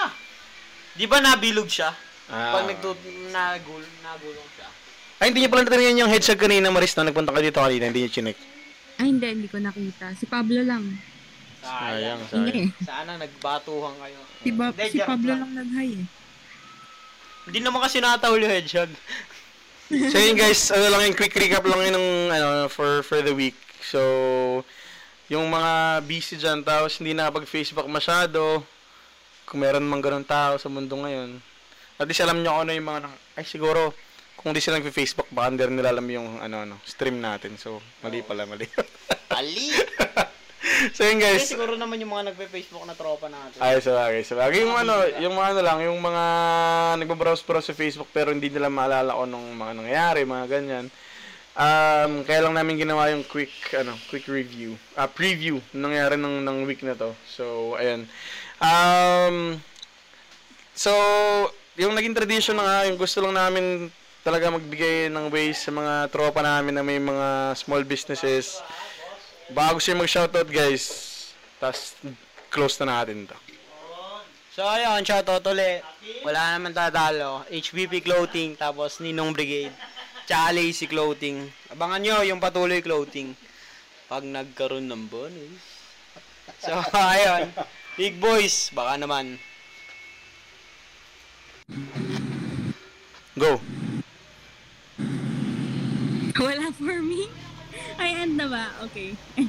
S4: Di ba nabilog siya?
S3: Ah.
S4: Pag nagtut... Nagul... Nagulong siya.
S3: Ay, hindi niyo pala natanong yung Hedgehog kanina, Maris, na nagpunta ka dito kanina, hindi niyo chinek.
S5: Ay, hindi, hindi ko nakita. Si Pablo lang.
S4: Sayang.
S3: sorry.
S5: Hindi.
S4: Sana nagbatuhan kayo.
S2: Si, Bob-
S4: Hindi,
S2: si
S4: joke
S2: Pablo
S4: lang.
S2: lang nag-high eh.
S4: Hindi naman kasi natawal yung hedgehog.
S3: so yun guys, ano lang yung quick recap lang yun ng, ano, for, for the week. So, yung mga busy dyan, tapos hindi nakapag-Facebook masyado, kung meron mang ganun tao sa mundo ngayon, at least alam nyo kung ano yung mga, nang- ay siguro, kung di sila nag-Facebook, baka hindi rin nila alam yung, ano, ano, stream natin. So, mali pala, mali.
S4: Ali!
S3: so yun guys,
S4: Kasi siguro naman yung mga nagpe-Facebook na tropa natin.
S3: Ay, sabagay, sabagay. Yung ano, yung mga ano lang, yung mga nagbabrowse-browse sa Facebook pero hindi nila maalala kung anong mga nangyayari, mga ganyan. Um, kaya lang namin ginawa yung quick, ano, quick review, ah, preview ng nangyari ng, ng week na to. So, ayan. Um, so, yung naging tradition na nga, yung gusto lang namin talaga magbigay ng ways sa mga tropa namin na may mga small businesses. Bago siya mag-shoutout, guys. Tapos, close na natin to.
S4: So ayun, shoutout ulit. Wala naman tatalo. HBP Clothing, tapos Ninong Brigade. Tsaka Lazy Clothing. Abangan nyo yung patuloy clothing. Pag nagkaroon ng bonus. So ayun, big boys, baka naman.
S3: Go.
S5: Wala for me? Ay, end na ba? Okay.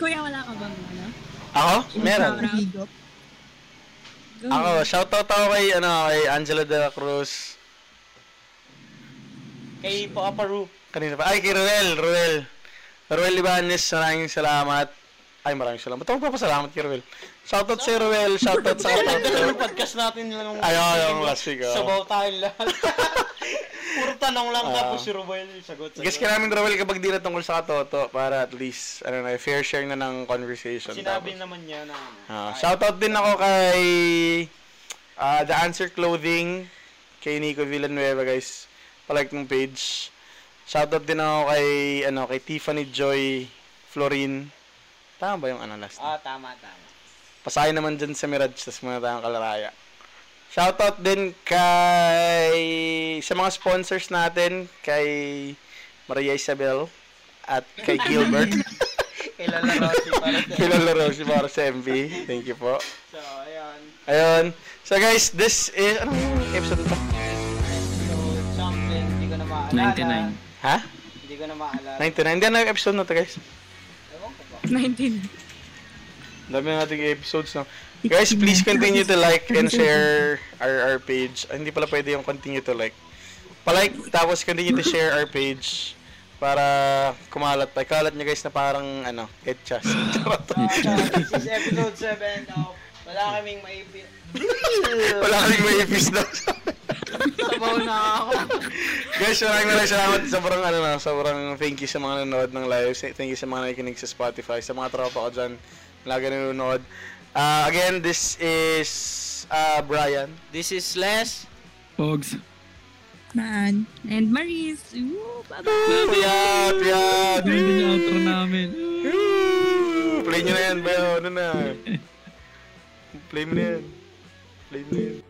S5: Kuya, wala ka bang ano?
S3: Ako? Meron.
S5: Proud? Go.
S3: Ako, shoutout ako kay, ano, kay Angela de la Cruz.
S4: Kay Papa Ru.
S3: Kanina pa. Ay, kay Ruel, Ruel. Ruel Ibanez, maraming salamat. Ay, maraming salamat. Ba't ako papasalamat kay Ruel? Shoutout si Ruel, shoutout sa
S4: Ano
S3: kapatid.
S4: yung podcast natin lang?
S3: Ayaw, ayaw, ang last week, oh.
S4: Sabaw tayong lahat. Puro tanong lang
S3: Ah.
S4: tapos si Ruel sagot sa
S3: Guess ka namin, Ruel, kapag di na tungkol sa katoto para at least, ano na, fair share na ng conversation.
S4: Sinabi
S3: Tapos-
S4: naman niya na ano.
S3: Ah, shoutout din ako kay ah, The Answer Clothing kay Nico Villanueva guys. Palike ng page. Shoutout din ako kay ano kay Tiffany Joy Florin. Tama ba yung ano last?
S4: Ah,
S3: name?
S4: tama, tama.
S3: Pasahin naman dyan sa Mirage tas muna tayong kalaraya. Shoutout din kay sa mga sponsors natin kay Maria Isabel at kay Gilbert.
S4: Kilala raw si Palit.
S3: Kilala raw si Mars MV. Thank you po.
S4: So, ayan.
S3: Ayun. So guys, this is... Anong episode ito?
S4: Episode something, hindi ko na maalala.
S1: 99.
S3: Ha?
S4: Hindi ko na maalala.
S3: 99. Hindi, ano yung episode na ito guys?
S4: Ewan ko ba?
S5: 19.
S3: Ang Dami na nating episodes na. Guys, please continue to like and share our, our page. Ah, hindi pala pwede yung continue to like. Palike, tapos continue to share our page para kumalat tayo. Kalat nyo guys na parang ano, etchas.
S4: So, ayan, this is episode 7 of Wala kaming maipit.
S3: Wala kaming may ipis daw.
S4: Sabaw na ako.
S3: guys, maraming maraming salamat. Sobrang ano na, sobrang thank you sa mga nanonood ng live. Sa- Thank you sa mga nakikinig sa Spotify, sa mga tropa ko dyan. Lagi nanonood. Uh, again, this is uh, Brian.
S7: This is Les.
S1: Pogs.
S2: Naan.
S5: And Maris. Ooh, bye-bye.
S3: Piyat, piyat.
S1: Ganda yung outro namin.
S3: Play nyo na yan, Bel. Ano na? Play mo na yan. Play mo na yan.